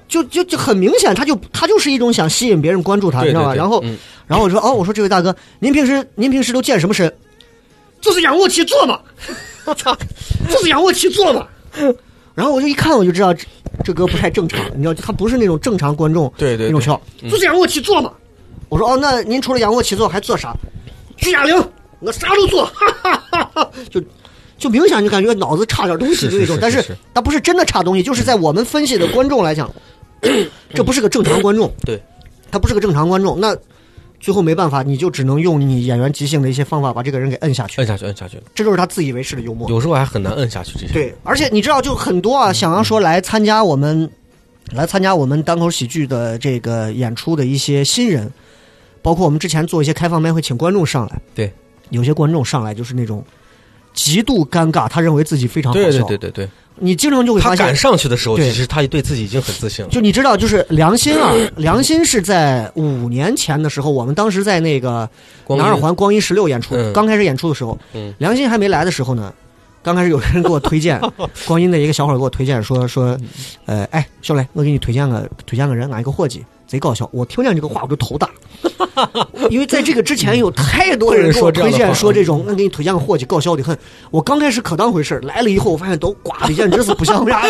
B: 就就就很明显，他就他就是一种想吸引别人关注他，你
D: 对
B: 知道
D: 对
B: 吧？
D: 对，
B: 然后
D: 嗯
B: 然后我说哦，我说这位大哥，您平时您平时都健什么身？就是仰卧起坐嘛，就是仰卧起坐嘛。然后我就一看我就知道这这哥不太正常，你知道他不是那种正常观众
D: 对对
B: 那种笑，
D: 对嗯
B: 就是仰卧起坐嘛。我说哦，那您除了仰卧起坐还做啥？举哑铃，我啥都做，哈哈哈哈就。就明显就感觉脑子差点东西
D: 是
B: 的那种，
D: 是
B: 但
D: 是
B: 是
D: 是
B: 他不是真的差东西，就是在我们分析的观众来讲，这不是个正常观众，
D: 对，
B: 他不是个正常观众，那最后没办法，你就只能用你演员即兴的一些方法把这个人给摁下去，
D: 摁下去，摁下去，
B: 这就是他自以为是的幽默。
D: 有时候还很难摁下去这些。
B: 对，而且你知道，就很多
D: 嗯
B: 啊，想要说来参加我们，来参加我们单口喜剧的这个演出的一些新人，包括我们之前做一些开放麦会，请观众上来，
D: 对，
B: 有些观众上来就是那种极度尴尬，他认为自己非常好笑，
D: 对对对对对，
B: 你经常就会
D: 他
B: 发现
D: 敢上去的时候，
B: 对
D: 其实他对自己已经很自信了。
B: 就你知道，就是良心啊，良心是在五年前的时候，我们当时在那个
D: 光
B: 南
D: 阴
B: 二环光阴十六演出，
D: 嗯
B: 刚开始演出的时候，
D: 嗯
B: 良心还没来的时候呢，刚开始有人给我推 荐，光阴的一个小伙儿给我推荐说说，呃，哎，小磊，我给你推荐个推荐个人，俺一个伙计。贼搞笑！我听见这个话我就头 大，因为在这个之前有太多人给我
D: 有人说这
B: 推
D: 样的
B: 荐
D: 话
B: 说这种，那给你推荐个伙计，搞笑的很。我刚开始可当回事儿来了以后我发现都瓜的简直是不像 样。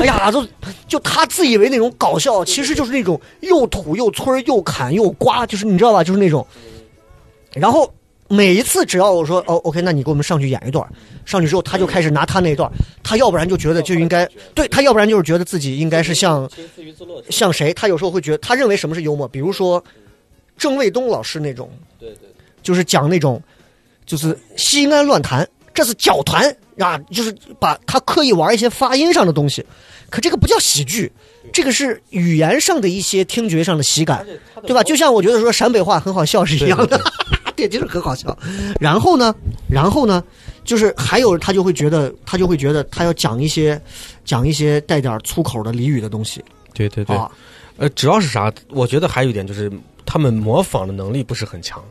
B: 哎呀，就就他自以为那种搞笑，其实就是那种又土又村儿又砍又刮，就是你知道吧，就是那种。然后每一次只要我说哦，OK，那你给我们上去演一段儿，上去之后他就开始拿他那一段儿，他要不然就觉得就应该对他，要不然就是觉得自己应该是像像谁，他有时候会觉得他认为什么是幽默，比如说郑卫东老师那种，
E: 对对，
B: 就是讲那种就是西安乱弹，这是搅团啊，就是把他刻意玩一些发音上的东西，可这个不叫喜剧，这个是语言上的一些听觉上的喜感，对吧？就像我觉得说陕北话很好笑是一样的。 这就是很好笑。然后呢，然后呢，就是还有他就会觉得，他就会觉得他要讲一些，讲一些带点粗口的俚语的东西
D: 对对对，
B: 啊。
D: 呃，主要是啥？我觉得还有一点就是他们模仿的能力不是很强。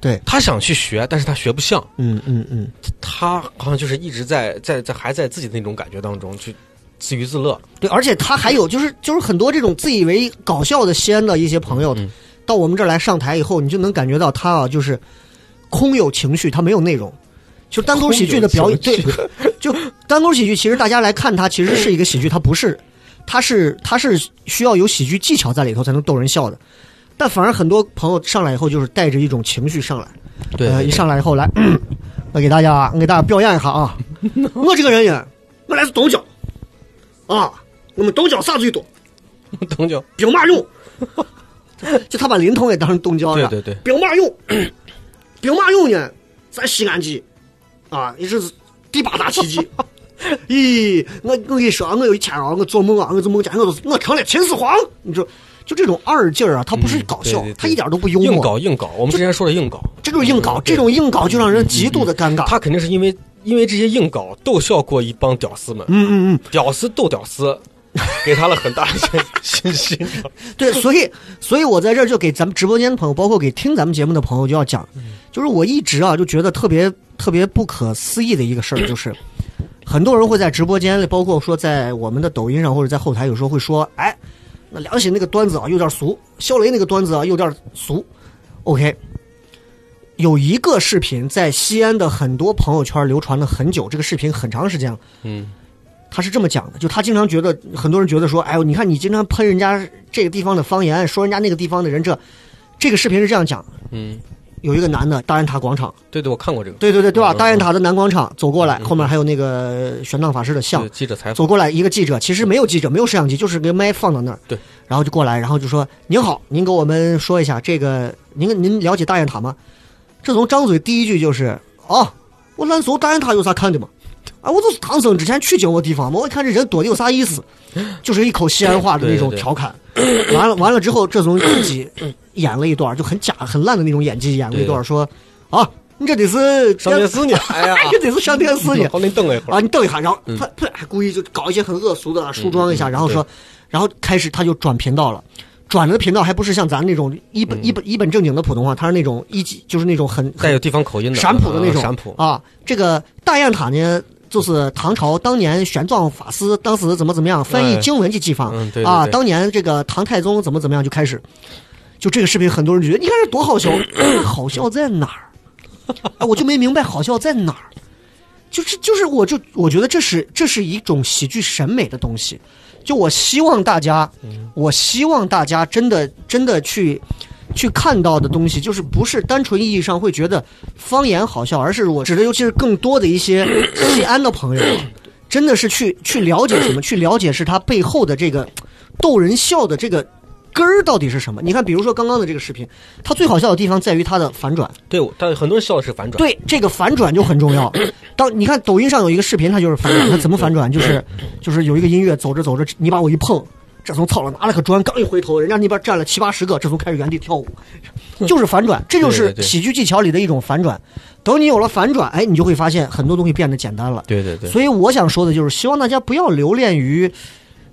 B: 对，
D: 他想去学，但是他学不像，
B: 嗯嗯嗯，
D: 他好像就是一直在在在还在自己的那种感觉当中去自娱自乐。
B: 对。而且他还有就是就是很多这种自以为搞笑的西安的一些朋友，
D: 嗯
B: 到我们这儿来上台以后，你就能感觉到他啊，就是空有情绪，他没有内容。就单口喜剧的表演，对，就单口喜剧，其实大家来看它，其实是一个喜剧，它不是，它是它是需要有喜剧技巧在里头才能逗人笑的。但反而很多朋友上来以后，就是带着一种情绪上来，
D: 对
B: 呃，一上来以后来， 我给大家我给大家表演一下 啊，我这个人也，我来自东郊，啊，我们东郊啥最多？
D: 东郊，
B: 兵马 俑，就他把林通也当成东郊
D: 对
B: 了。
D: 对对，
B: 兵马 俑，兵马俑呢，咱西安籍，啊，也是第八大奇 迹。咦，我我跟你说啊，我有一天啊，我做梦啊，我做梦见我都是我成了秦始皇，你说就这种二劲儿啊，他不是搞笑，
D: 嗯对对对
B: 他一点都不幽
D: 硬
B: 默，
D: 搞嗯硬搞。我们之前说的硬搞，
B: 这种硬搞，这种硬搞就让人极
D: 嗯
B: 度的尴尬。
D: 他肯定是因为因为这些硬搞逗笑过一帮屌丝们，
B: 嗯嗯嗯，
D: 屌丝逗 屌丝，给他了很大的信心。
B: 对，所以，所以我在这儿就给咱们直播间的朋友，包括给听咱们节目的朋友，就要讲，就是我一直啊就觉得特别特别不可思议的一个事儿，就是很多人会在直播间里，包括说在我们的抖音上或者在后台，有时候会说，哎，那梁喜那个段子啊有点俗，肖雷那个段子啊有点俗，OK。有一个视频在西安的很多朋友圈流传了很久，这个视频很长时间了。
D: 嗯，
B: 他是这么讲的，就他经常觉得很多人觉得说，哎呦，你看你经常喷人家这个地方的方言，说人家那个地方的人这，这个视频是这样讲，
D: 嗯，
B: 有一个男的大雁塔广场，
D: 对对，我看过这个，
B: 对对对对吧？
D: 嗯
B: 大雁塔的南广场走过来，后面还有那个玄奘法师的像
D: 对，记者采访，
B: 走过来一个记者，其实没有记者，没有摄像机，就是个麦放到那儿，
D: 对，
B: 然后就过来，然后就说：“您好，您给我们说一下这个，您您了解大雁塔吗？”这从张嘴第一句就是：“哦，我烂俗大雁塔有啥看的嘛？啊，我就是唐僧之前取经我地方嘛，我一看这人多的有啥意 思，就是一口西安话的那种
D: 对对对
B: 调侃。完了完了之后，这从自己演了一段就很假很烂的那种演技，演了一段说：“啊，你这得是，
D: 上电视呢，哎呀
B: 这得是上电视呢。”
D: 好，你等我一会
B: 啊，
D: 儿。
B: 你瞪一下，然后他他还故意就搞一些很恶俗的梳妆一下，
D: 嗯
B: 然后说，然后开始他就转频道了，转的频道还不是像咱那种一本、一本一本正经的普通话，他是那种一级就是那种很
D: 嗯带
B: 很
D: 有地方口音的
B: 陕普的那种
D: 啊陕普，
B: 啊。这个大雁塔呢，就是唐朝当年玄奘法师当时怎么怎么样翻译
D: 哎
B: 经文去记方、
D: 嗯对对
B: 啊，
D: 对
B: 当年这个唐太宗怎么怎么样就开始，就这个视频很多人觉得你看这多好笑， 好笑在哪儿？哎，我就没明白好笑在哪儿。就是就是，我就我觉得这是这是一种喜剧审美的东西。就我希望大家，我希望大家真的真的去去看到的东西，就是不是单纯意义上会觉得方言好笑，而是我指的，尤其是更多的一些西安的朋友啊，真的是去去了解什么，去了解是它背后的这个逗人笑的这个根儿到底是什么。你看，比如说刚刚的这个视频，它最好笑的地方在于它的反转。
D: 对，我但很多人笑的是反转，
B: 对，这个反转就很重 要。当你看抖音上有一个视频，它就是反转，它怎么反转？就是就是有一个音乐走着走着，你把我一碰，这从操了拿了个砖，刚一回头，人家那边站了七八十个，这从开始原地跳 舞，就是反转，这就
D: 对
B: 是
D: 对对
B: 喜剧技巧里的一种反转。等你有了反转，哎，你就会发现很多东西变得简单了。
D: 对对对，
B: 所以我想说的就是，希望大家不要留恋于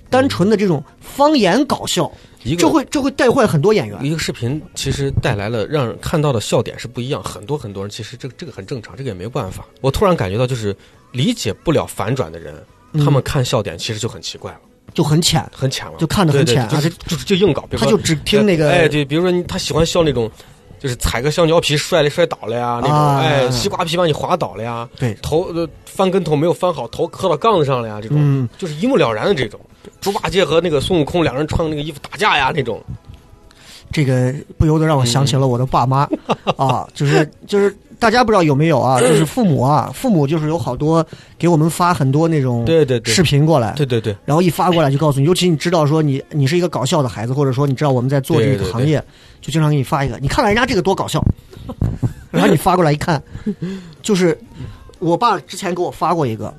B: 单纯的这种方言搞笑，
D: 一个
B: 这会这会带坏很多演员。
D: 一个视频其实带来了让人看到的笑点是不一样，很多很多人其实这个这个很正常，这个也没办法。我突然感觉到，就是理解不了反转的人，他们看笑点其实就很奇怪了，
B: 就很浅，
D: 很浅了，
B: 嗯就看得很
D: 对对
B: 浅啊
D: 就是就是就硬搞，比如
B: 他
D: 说
B: 就只听那个
D: 哎，对，比如说你他喜欢笑那种。就是踩个香蕉皮摔了摔倒了呀，那种、
B: 啊
D: 哎，西瓜皮把你滑倒了呀，
B: 对
D: 头呃翻跟头没有翻好，头磕到杠子上了呀，这种、
B: 嗯
D: 就是一目了然的这种。猪八戒和那个孙悟空两人穿那个衣服打架呀，那种
B: 这个不由得让我想起了我的爸妈、
D: 嗯
B: 啊，就是就是大家不知道有没有啊，就是父母啊，父母就是有好多给我们发很多那种
D: 对对对
B: 视频过来，
D: 对对对，
B: 然后一发过来就告诉你，尤其你知道说你你是一个搞笑的孩子，或者说你知道我们在做这
D: 对
B: 个
D: 对
B: 行业，就经常给你发一个，你看看人家这个多搞笑，然后你发过来一看，就是我爸之前给我发过一个，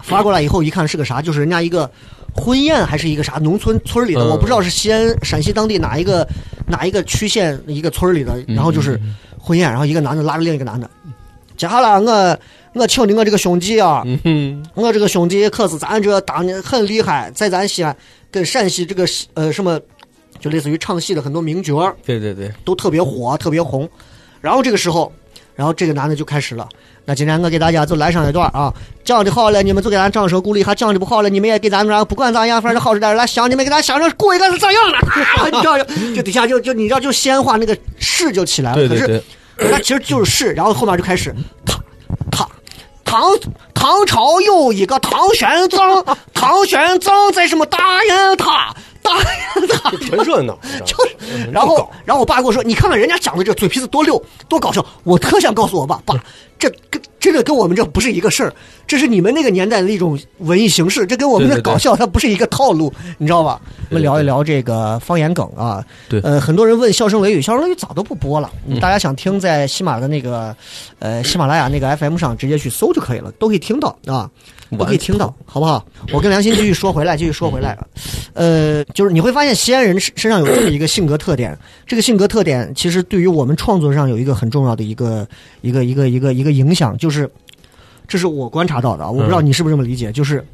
B: 发过来以后一看是个啥，就是人家一个婚宴还是一个啥农村村里的，
D: 嗯
B: 我不知道是西安陕西当地哪一个哪一个区县一个村里的，然后就是婚宴，然后一个男的拉着另一个男的，接下来我我请你我这个兄弟啊。
D: 嗯哼，
B: 我这个兄弟可是咱这当年很厉害，在咱西安跟陕西这个西呃什么，就类似于唱戏的很多名角儿
D: 对对对，
B: 都特别火，特别红。然后这个时候，然后这个男的就开始了。那今天我给大家就来上一段啊，讲的好了你们就给咱掌声鼓励一下，讲的不好了你们也给咱们不管咋样，反正好着点来想你们给咱想着鼓一个是咋样的，你知道就就底下就就你知道就鲜花那个势就起来了，
D: 对对
B: 可是
D: 对，
B: 那其实就是是，然后后面就开始唐唐唐唐朝有一个唐玄奘，唐玄奘在什么大雁塔大雁塔，
D: 很热闹，
B: 嗯就是
D: 嗯
B: 然后然后我爸跟我说，你看看人家讲的这嘴皮子多溜多搞笑，我特想告诉我爸，
D: 嗯
B: 爸这跟真的跟我们这不是一个事儿，这是你们那个年代的一种文艺形式，这跟我们这
D: 对对对
B: 搞笑它不是一个套路，你知道吧？我们
D: 对对对
B: 聊一聊这个方言梗啊，
D: 对嗯
B: 呃，很多人问《笑声雷雨》，《笑声雷雨》早都不播了，大家想听，在喜马的那个，呃，喜马拉雅那个 FM 上直接去搜就可以了，都可以听到啊，都可以听到，好不好？我跟梁鑫继续说回来，继续说回来啊，
D: 嗯
B: 呃，就是你会发现西安人身身上有这么一个性格特点，这个性格特点其实对于我们创作上有一个很重要的一个一个一个一个一个影响，就是这是我观察到的啊，我不知道
D: 嗯
B: 你是不是这么理解，就是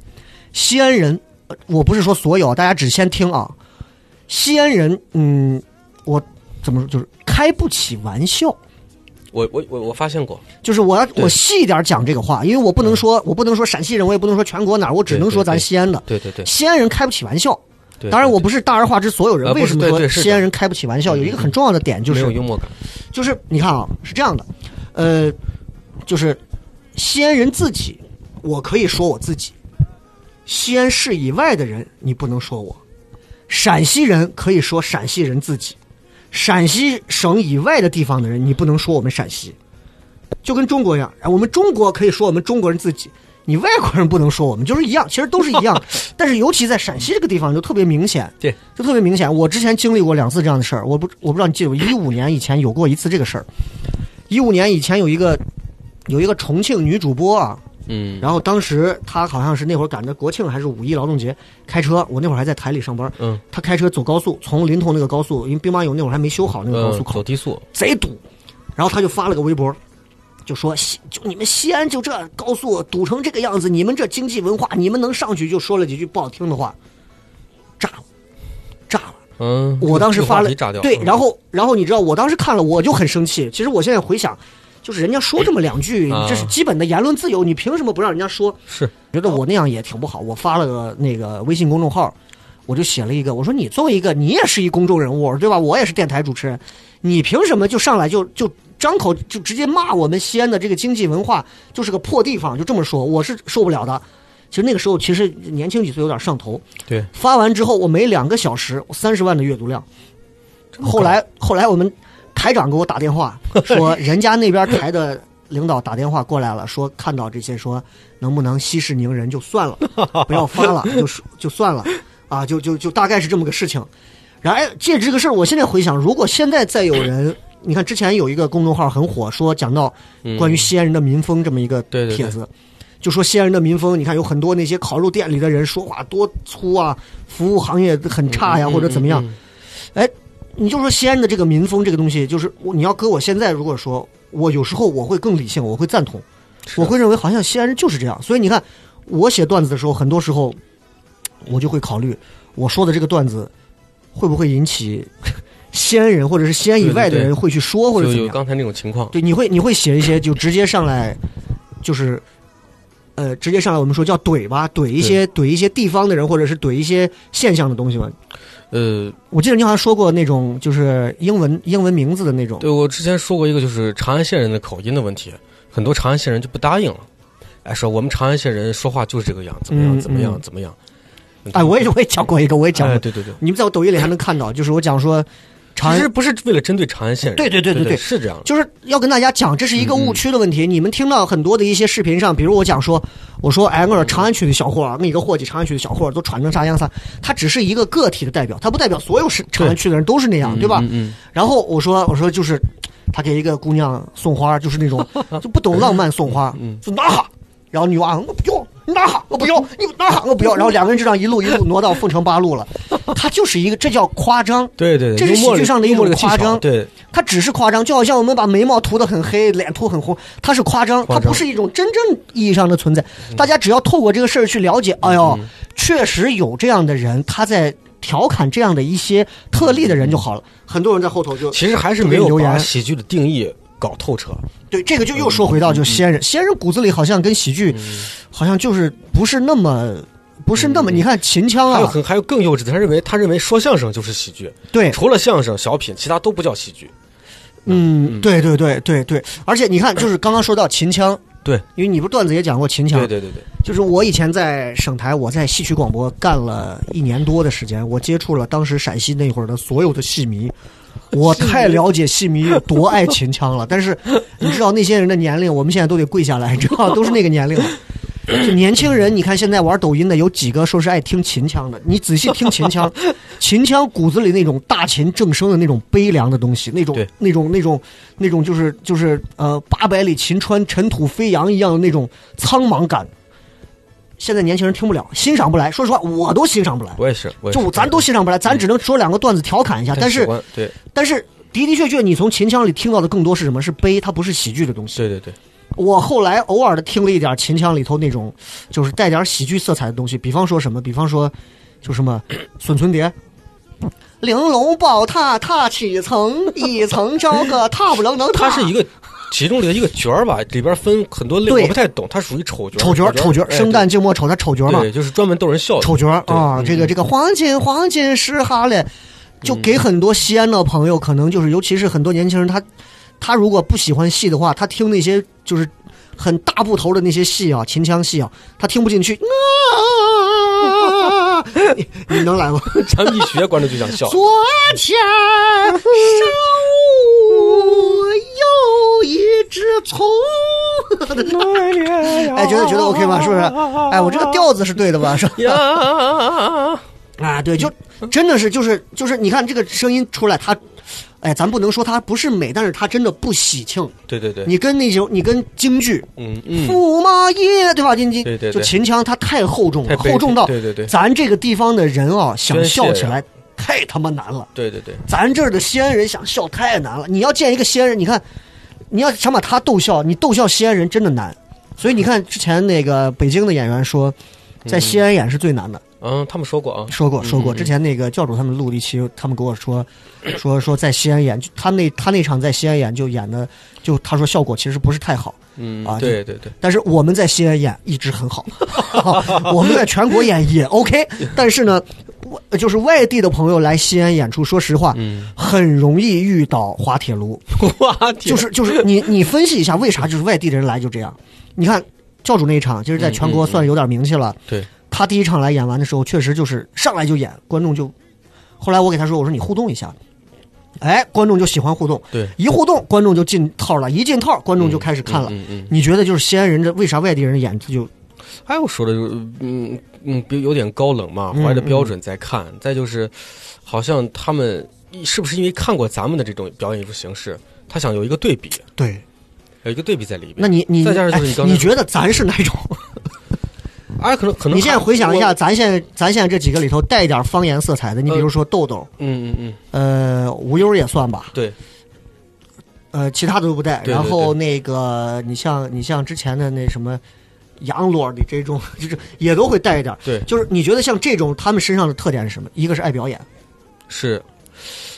B: 西安人，呃我不是说所有，大家只先听啊，西安人，嗯，我怎么说，就是开不起玩笑。
D: 我我我我发现过，
B: 就是我要
D: 对
B: 我细一点讲这个话，因为我不能说我不能说陕西人，我也不能说全国哪儿，我只
D: 对
B: 能
D: 对
B: 说咱
D: 对
B: 西安的。
D: 对对对
B: 西安人开不起玩笑，
D: 对，
B: 当然我
D: 对
B: 不是大而化之所有人。
D: 呃不
B: 为
D: 是
B: 什么
D: 对
B: 说
D: 对是的
B: 西安人开不起玩笑？有一个很重要的点就
D: 没
B: 是
D: 有幽默感，
B: 就是你看啊，是这样的，呃，就是西安人自己，我可以说我自己；西安市以外的人，你不能说我。陕西人可以说陕西人自己，陕西省以外的地方的人，你不能说我们陕西。就跟中国一样，啊我们中国可以说我们中国人自己，你外国人不能说我们，就是一样，其实都是一样。但是尤其在陕西这个地方就特别明显，
D: 对，
B: 就特别明显。我之前经历过两次这样的事儿，我不我不知道你记得，一五年以前有过一次这个事儿。一五年以前有一个有一个重庆女主播啊，
D: 嗯，
B: 然后当时她好像是那会儿赶着国庆还是五一劳动节开车，我那会儿还在台里上班，
D: 嗯，
B: 她开车走高速，从临潼那个高速，因为兵马俑那会儿还没修好那个高速
D: 嗯，
B: 口
D: 走，低速，
B: 贼堵。然后他就发了个微博，就说西就你们西安就这高速堵成这个样子，你们这经济文化，你们能上去？就说了几句不好听的话，炸了，炸了。
D: 嗯，
B: 我当时发了
D: 这个话题炸掉，
B: 对，
D: 嗯
B: 然后然后你知道，我当时看了我就很生气。其实我现在回想，就是人家说这么两句，
D: 啊
B: 这是基本的言论自由，你凭什么不让人家说？
D: 是
B: 觉得我那样也挺不好，我发了个那个微信公众号，我就写了一个，我说你作为一个你也是一公众人物，对吧？我也是电台主持人，你凭什么就上来就就张口就直接骂我们西安的这个经济文化就是个破地方，就这么说，我是受不了的。其实那个时候其实年轻几岁有点上头，
D: 对，
B: 发完之后我没两个小时三十万的阅读量，
D: 高
B: 后来后来我们台长给我打电 话说，人家那边台的领导打电话过来了，说看到这些说能不能息事宁人就 算了，不要发了，就是就算了啊，就就就大概是这么个事情。然后哎借着这个事儿，我现在回想，如果现在再有 人，你看之前有一个公众号很火，说讲到关于西安人的民风这么一个
D: 嗯对对对
B: 帖子。就说西安人的民风，你看有很多那些烤肉店里的人说话多粗啊，服务行业很差呀，啊
D: 嗯
B: 或者怎么样。哎，你就说西安的这个民风这个东西，就是我你要搁我现在，如果说我有时候我会更理性，我会赞同，
D: 啊
B: 我会认为好像西安人就是这样。所以你看，我写段子的时候，很多时候我就会考虑我说的这个段子会不会引起西安人或者是西安以外的
D: 对对对
B: 人会去说或者
D: 就
B: 怎么
D: 有
B: 样。
D: 刚才那种情况，
B: 对，你会你会写一些就直接上来，就是，呃，直接上来我们说叫怼吧，怼一些怼一些地方的人，或者是怼一些现象的东西吧。
D: 呃，
B: 我记得你好像说过那种就是英文英文名字的那种，
D: 对我之前说过一个就是长安县人的口音的问题，很多长安县人就不答应了，哎，说我们长安县人说话就是这个样，怎么
B: 嗯
D: 样，怎么样，
B: 嗯
D: 怎么样？
B: 哎哎，我也我也讲过一个，我也讲
D: 哎
B: 过，
D: 对对对，
B: 你们在我抖音里还能看到，就是我讲说长
D: 其实不是为了针对长安县人，
B: 对对对
D: 对
B: 对对
D: 是这样的。
B: 就是要跟大家讲，这是一个误区的问题。你们听到很多的一些视频上，比如我讲说，我说哎，我
D: 嗯
B: 说长安区的小伙儿，我一个伙计，长安区的小伙儿都穿成啥样啥，他只是一个个体的代表，他不代表所有是长安区的人都是那样，对吧？
D: 嗯
B: 然后我说我说就是，他给一个姑娘送花，就是那种就不懂浪漫送花，
D: 嗯
B: 就拿哈，然后女娃我不要。你拿哈，我不要；你拿哈，我不要。然后两个人就这样一路一路挪到凤城八路了。他就是一个，这叫夸张。
D: 对对对，
B: 这是
D: 幽默
B: 喜剧上的一
D: 幽默
B: 种
D: 这个技
B: 夸
D: 巧
B: 张
D: 对，
B: 它只是夸张，就好像我们把眉毛涂得很黑，脸涂很红，它是夸张，
D: 夸
B: 它
D: 张嗯
B: 不是一种真正意义上的存在。大家只要透过这个事儿去了解，哎呦，确实有这样的人，他在调侃这样的一些特例的人就好了。很多人在后头就
D: 嗯其实还是没有
B: 留
D: 把
B: 言，啊
D: 喜剧的定义搞透彻。
B: 对这个
D: 嗯
B: 就又说回到就先人，先人骨子里好像跟喜剧，好像就是不是那么。不是那么，你看秦腔
D: 嗯还有
B: 啊，
D: 很还有更幼稚的，他认为他认为说相声就是喜剧，
B: 对，
D: 除了相声、小品，其他都不叫喜剧。
B: 嗯，对对对对对，而且你看，就是刚刚说到秦腔，
D: 对，
B: 因为你不是段子也讲过秦腔，
D: 对对对对，
B: 就是我以前在省台，我在戏曲广播干了一年多的时间，我接触了当时陕西那会儿的所有的戏迷，我太了解戏迷有多爱秦腔了。但是你知道那些人的年龄，我们现在都得跪下来，你知道都是那个年龄了。就年轻人，你看现在玩抖音的有几个说是爱听秦腔的？你仔细听秦腔，秦腔骨子里那种大秦正声的那种悲凉的东西，那种
D: 对
B: 那种那种那种就是就是呃八百里秦川尘土飞扬一样的那种苍茫感，现在年轻人听不了，欣赏不来。说实话，我都欣赏不来，
D: 我也是，我也是嗯
B: 就咱都欣赏不来，咱只能说两个段子调侃一下。但
D: 喜
B: 是
D: 欢对
B: 但是的的确确，你从秦腔里听到的更多是什么？是悲，它不是喜剧的东西。
D: 对对对，
B: 我后来偶尔的听了一点秦腔里头那种，就是带点喜剧色彩的东西，比方说什么，比方说，就什么笋存蝶。玲珑宝塔塔几层，一层高个塔不楞能塔。
D: 他是一个其中的一个角儿吧，里边分很多类，
B: 对
D: 我不太懂，他属于丑角儿，
B: 丑角儿，丑角儿，
D: 哎
B: 生旦净末丑，他丑角儿
D: 对
B: 嘛。
D: 对，就是专门逗人笑的
B: 丑角儿
D: 对
B: 啊，
D: 嗯
B: 这个这个黄金黄金是哈嘞，就给很多西安的朋友，可能就是尤其是很多年轻人，他他如果不喜欢戏的话，他听那些就是很大部头的那些戏啊，秦腔戏啊，他听不进去。 啊，你 你能来吗？
D: 咱们一学观众就想 笑。
B: 昨天上午有一只葱。 哎，觉得觉得 OK 吗？是不是？哎，我这个调子是对的吧？是吧？
D: 呀，
B: 啊，
D: 嗯
B: 对，就真的是就是就是，你看这个声音出来，它，哎，咱不能说它不是美，但是它真的不喜庆。
D: 对对对，
B: 你跟那种你跟京剧
D: 嗯
B: “
D: 嗯，
B: 驸马爷”对吧？你你
D: 对对对
B: 就秦腔它太厚重了，
D: 太悲
B: 厚重到
D: 对对对
B: 咱这个地方的人啊，想
D: 宣泄
B: 笑起
D: 呀
B: 来太他妈难了。
D: 对对对，
B: 咱这儿的西安人想笑太难了。你要见一个西安人，你看，你要想把他逗笑，你逗笑西安人真的难。所以你看之前那个北京的演员说，在西安演是最难的。
D: 嗯，他们说过啊，
B: 说过说过，
D: 嗯
B: 之前那个教主他们录了一期，他们跟我说，说说在西安演，就他那他那场在西安演就演的，就他说效果其实不是太好，
D: 嗯
B: 啊，
D: 对对对，
B: 但是我们在西安演一直很好， 我们在全国演也 OK，但
D: 嗯
B: 是呢，我就是外地的朋友来西安演出，说实话，
D: 嗯，
B: 很容易遇到滑铁 卢，
D: 哇，天
B: 就是就是你你分析一下为啥就是外地人来就这样，你看教主那一场，就是在全
D: 嗯
B: 国算有点名气了。
D: 对，
B: 他第一场来演完的时候，确实就是上来就演，观众就，后来我给他说，我说你互动一下，哎，观众就喜欢互动，
D: 对，
B: 一互动观众就进套了，一进套观众就开始看了。
D: 嗯嗯嗯，
B: 你觉得就是西安人这为啥外地人演他就
D: 还有说的就是，嗯嗯，比有点高冷
B: 嗯
D: 嘛，怀着标准在看。再就是，好像他们是不是因为看过咱们的这种表演艺术形式，他想有一个对比，
B: 对？
D: 有一个对比在里面。
B: 那你你
D: 再加上
B: 哎
D: 就是你刚才
B: 你觉得咱是哪 种？
D: 哎，可能可能
B: 你现在回想一
D: 我
B: 下，，咱现在咱现在这几个里头带一点方言色彩的，你比如说豆豆，
D: 嗯嗯嗯，
B: 呃，无忧也算吧，
D: 对，
B: 呃，其他的都不带。
D: 对对
B: 然后那个，你像你像之前的那什么杨罗的这种， 就是也都会带一点。
D: 对
B: 就是你觉得像这种他们身上的特点是什么？一个是爱表演，
D: 是。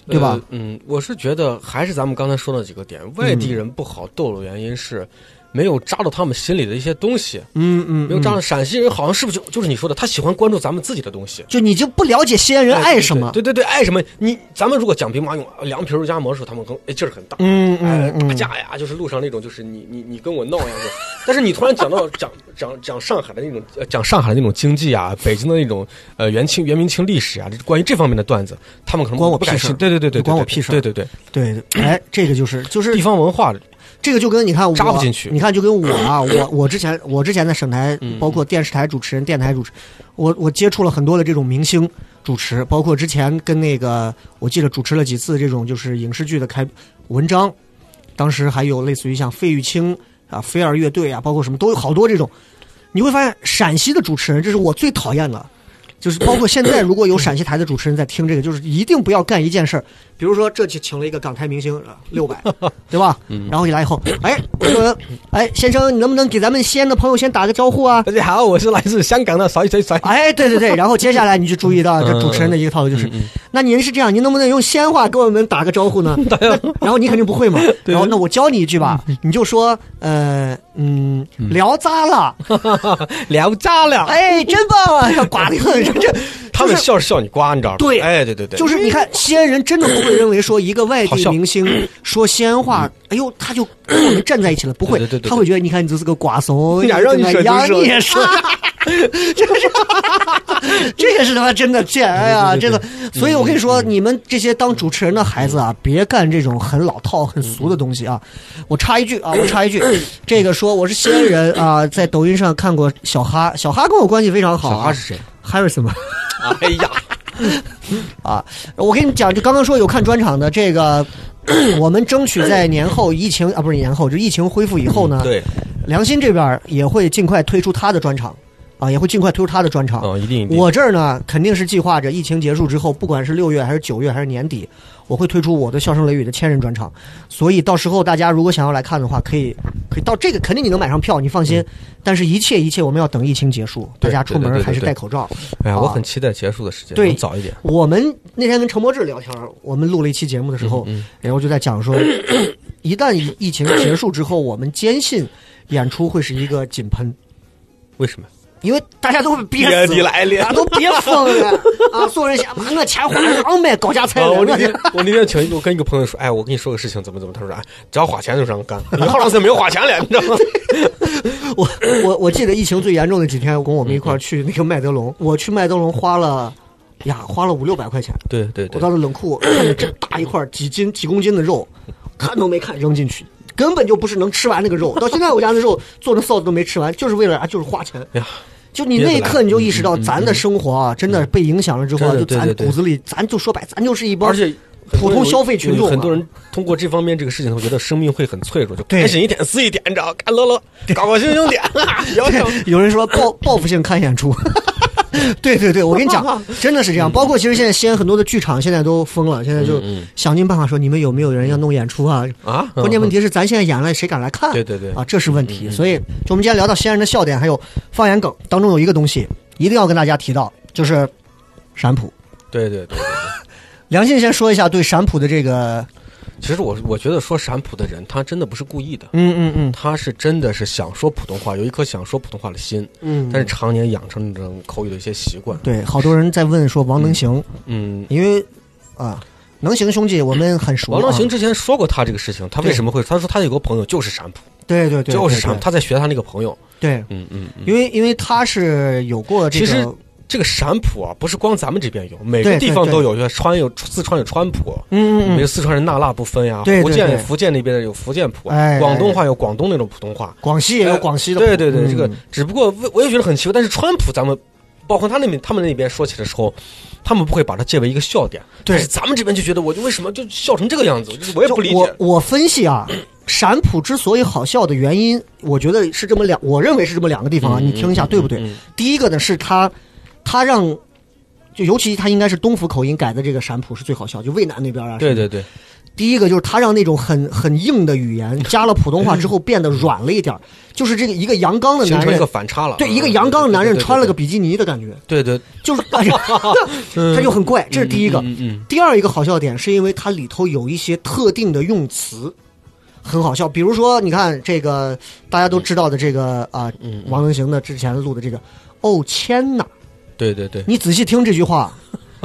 B: 对吧嗯
D: 呃嗯，我是觉得还是咱们刚才说的几个点，外地人不好逗的原因是，没有扎到他们心里的一些东西，
B: 嗯嗯，
D: 没有扎到陕西人好像是不是就就是你说的，他喜欢关注咱们自己的东西。
B: 就你就不了解西安人爱什么，
D: 对对对，爱什么？你咱们如果讲兵马俑、呃凉皮儿、肉夹馍的时候，他们更哎劲儿很大，
B: 嗯
D: 哎
B: 嗯嗯
D: 打架呀，就是路上那种，就是你你你跟我闹呀。这种但是你突然讲到 讲讲讲上海的那种，呃讲上海的那种经济啊，北京的那种呃元清元明清历史啊，这关于这方面的段子，他们可能
B: 关我
D: 不感
B: 屁事
D: 兴
B: 儿
D: 对对对对，对
B: 关我
D: 对
B: 屁事儿
D: 对对对，
B: 对，哎，这个就是就是
D: 地方文化
B: 这个就跟你看我
D: 扎不进去嗯
B: 你看就跟我 啊，我我之前我之前在省台，包括电视台主持人、电台主持，我我接触了很多的这种明星主持，包括之前跟那个我记得主持了几次这种就是影视剧的开文章，当时还有类似于像费玉清啊、飞儿乐队啊，包括什么都有好多这种，你会发现陕西的主持人，这是我最讨厌的。就是包括现在，如果有陕西台的主持人在听这个，就是一定不要干一件事儿，比如说这期请了一个港台明星呃六百，对吧？然后一来以后，哎，我说，哎，先生，你能不能给咱们西安的朋友先打个招呼啊？
D: 大家好，我是来自香港的谁谁谁。
B: 哎，对对对，然后接下来你就注意到这主持人的一个套路就是，那您是这样，您能不能用西安话给我们打个招呼呢？那然后你肯定不会嘛，然后那我教你一句吧，你就说，呃，嗯，聊渣了，
D: 聊 渣了。
B: 哎，真棒啊，刮的
D: 哎
B: 这这，
D: 他们
B: 就是
D: 笑是笑你瓜，你知道吗？
B: 对
D: 哎，对对对，
B: 就是你看，西安人真的不会认为说一个外
D: 好
B: 地
D: 笑
B: 明星说西安话，哎呦，他就跟我们站在一起了，不会
D: 对对对，对
B: 他会觉得你看你就是个瓜怂，
D: 你俩让你
B: 怎
D: 说
B: 么样
D: 就是
B: 你也是， 这是这个是他妈真的贱，哎呀，这个，所以我跟你
D: 嗯
B: 说，你们这些当主持人的孩子啊，别干这种很老套、很俗的东西啊。我插一句啊，我插一 句，这个说我是西安人啊，在抖音上看过小哈，小哈跟我关系非常好
D: 小
B: 啊
D: 哈是谁？
B: ，Harrison 嘛。
D: 哎 呀，
B: 啊，我跟你讲，就刚刚说有看专场的这个，我们争取在年后疫情啊，不是年后，就疫情恢复以后呢，
D: 嗯对，
B: 良心这边儿也会尽快推出他的专场，啊，也会尽快推出他的专场。
D: 哦，一定一定。
B: 我这儿呢，肯定是计划着疫情结束之后，不管是六月还是九月还是年底，我会推出我的《笑声雷雨》的千人专场。所以到时候大家如果想要来看的话，可以可以到这个肯定你能买上票，你放心。但是一切一切，我们要等疫情结束，大
D: 嗯对
B: 家
D: 对
B: 出
D: 对
B: 门
D: 对
B: 还是
D: 对
B: 戴口罩。
D: 哎呀，
B: 啊
D: 我很期待结束的时间，
B: 对
D: 能早一点。
B: 我们那天跟陈柏志聊天儿，我们录了一期节目的时候，
D: 嗯
B: 然后就在讲 说，一旦疫疫情结束之后，我们坚信演出会是一个井喷，
D: 为什么？
B: 因为大家都会憋死，
D: 来了
B: 大家都憋疯 了啊！所有人想，妈我钱花两买高价菜
D: 啊！
B: 了，
D: 我那
B: 我
D: 天
B: 天
D: 我那天请我跟一个朋友说，哎，我跟你说个事情，怎么怎么？他说，哎，只要花钱就这样 干，以后老子没有花钱了，你知道吗？
B: 我我我记得疫情最严重的几天，跟我们一块儿去那个麦德龙，我去麦德龙花了呀，花了五六百块钱，
D: 对对
B: 我
D: 对
B: 到，那冷 库看着这大一块几斤几公斤的肉，看都没看扔进去，根本就不是能吃完那个 肉。到现在我家的肉做成臊子都没吃完，就是为了啊，就是花 钱。
D: 哎呀，
B: 就你那一刻你就意识
D: 嗯
B: 到，咱的生活啊，真的被影响了之后啊，
D: 真
B: 就
D: 的对
B: 咱
D: 对对
B: 骨子里，咱就说白，咱就是一帮
D: 而且。
B: 普通消费群众啊
D: 很多人通过这方面这个事情，会觉得生命会很脆 弱，就
B: 对
D: 开心一点，死一点，你知道吗？干乐乐，高高兴兴点，要不要
B: 有人说报报复性看演出。对对对，我跟你讲，真的是这样。包括其实现在西安很多的剧场现在都封了，现在就想尽办法说你们有没有人要弄演出啊？
D: 嗯啊
B: 关键问题是咱现在演了，谁敢来看？
D: 对对对嗯
B: 啊，这是问题。所以就我们今天聊到西安人的笑点，还有方言梗当中有一个东西一定要跟大家提到，就是陕普。
D: 对 对对。
B: 梁信先说一下对陕普的这个，
D: 其实我我觉得说陕普的人，他真的不是故意的，
B: 嗯嗯嗯，
D: 他是真的是想说普通话，有一颗想说普通话的心，
B: 嗯
D: 但是常年养成这种口语的一些习惯，
B: 对，好多人在问说王能行，
D: 嗯。
B: 因为啊，能行兄弟我们很熟啊，
D: 王能行之前说过他这个事情，他为什么会？他说他有个朋友就是陕普，
B: 对，对对对，
D: 就是
B: 对
D: 陕普，他在学他那个朋友。
B: 对，
D: 嗯嗯嗯。
B: 因为因为他是有过这
D: 其实
B: 个，
D: 这个陕普啊，不是光咱们这边有，每
B: 对
D: 个
B: 对
D: 地方
B: 对
D: 都有，就是川有四川有川普，
B: 嗯
D: 每
B: 嗯
D: 个
B: 嗯，
D: 四川人那辣不分呀。
B: 对对
D: 福建
B: 对
D: 福建那边的有福建普啊
B: 哎，
D: 广东话有广东那种普通话。
B: 广西也有广西的普，
D: 呃对对对，这个
B: 嗯
D: 只不过我我也觉得很奇怪，但是川普咱们，包括他那边他们那边说起的时候，他们不会把它借为一个笑点，
B: 对
D: 但是咱们这边就觉得我就为什么就笑成这个样子，就是我也
B: 就
D: 不理
B: 我
D: 解。
B: 我分析啊，陕普之所以好笑的原因，我觉得是这么两，我认为是这么两个地方啊，
D: 嗯
B: 你听一下
D: 嗯
B: 对不对？
D: 嗯
B: 第一个呢是他，他让，就尤其他应该是东府口音改的这个陕普是最好笑，就渭南那边啊。
D: 对对对，
B: 第一个就是他让那种很很硬的语 言加了普通话之后变得软了一点儿，就是这个一个阳刚的
D: 形
B: 男
D: 成一
B: 人
D: 个。反差了。
B: 对
D: 嗯
B: 一个阳刚的男人穿了个，比基尼的感觉，
D: 对对对
B: 就是 感觉他就很怪，这是第一个。
D: 嗯嗯嗯嗯
B: 第二一个好笑点是因为它里头有一些特定的用词，很好笑。比如说，你看这个大家都知道的这个啊、
D: 嗯，嗯
B: 王能行的之前录的这个“哦天呐
D: 对对对”，，
B: 你仔细听这句话，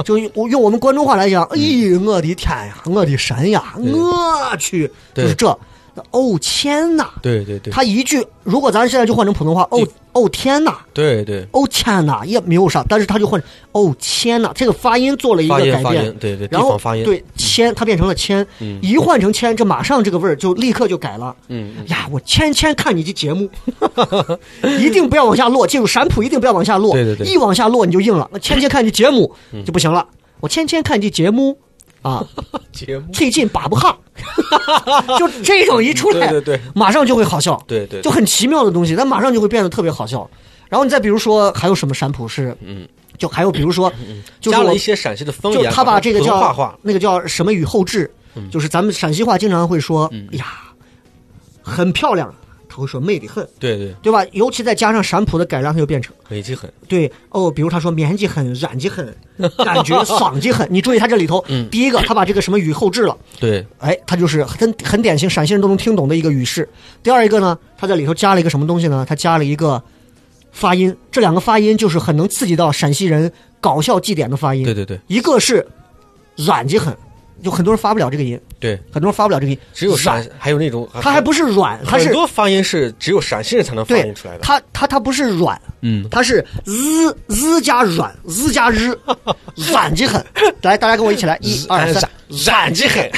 B: 就用我用我们关中话来讲，哎，我的天呀，我的神呀，
D: 对
B: 我去，
D: 对
B: 就是这“哦天呐
D: 对对”，对，
B: 他一句，如果咱现在就换成普通话，“哦
D: 对
B: 哦天呐”，
D: 对对
B: 哦天呐也没有啥，但是他就换成哦天呐，这个发音做了一个
D: 发音
B: 改
D: 发
B: 变
D: 音，，对对，地
B: 然后
D: 方发音，
B: 对千，它变成了千，
D: 嗯
B: 一换成千，这马上这个味儿就立刻就改了。
D: 嗯嗯，
B: 呀，我天天看你这节 目，一定不要往下落，进入陕普一定不要往下落，
D: 对对对
B: 一往下落你就硬了。我天天看你节目就不行了，我天天看你节目啊，
D: 节目，
B: 最近粑粑哈， 就这种一出来，
D: 对对对
B: 马上就会好笑，
D: 对对，
B: 就很奇妙的东西，它马上就会变得特别好笑。然后你再比如说还有什么陕普是，
D: 嗯，
B: 就还有比如说，就是
D: 加了
B: 我
D: 一些陕西的方
B: 就
D: 言，
B: 他把这个
D: 普
B: 叫
D: 通话嗯化，
B: 那个叫什么语后置，就是咱们陕西话经常会说，
D: 嗯
B: 哎呀，很漂亮，他会说美得很，
D: 对对，
B: 对吧？尤其再加上陕普的改良，他就变成
D: 美极很，
B: 对哦，比如他说棉积很，染积很，感 觉爽积很。你注意他这里头，
D: 嗯
B: 第一个他把这个什么语后置了，
D: 对
B: 哎，他就是很很典型陕西人都能听懂的一个语式。第二一个呢，他在里头加了一个什么东西呢？他加了一个发音，这两个发音就是很能刺激到陕西人搞笑祭点的发音。
D: 对对对
B: 一个是软极很，有很多人发不了这个音，
D: 对，
B: 很多人发不了这个音，
D: 只有
B: 软
D: 陕，，还有那种，
B: 它还不是软，它
D: 很
B: 是
D: 多发音是只有陕西人才能发
B: 对
D: 音出来，的，
B: 它它它不是软，
D: 嗯，
B: 它是 z z 加软，z 加日， 软极很。来，大家跟我一起来，一
D: 哎
B: 二三，
D: 陕 极很，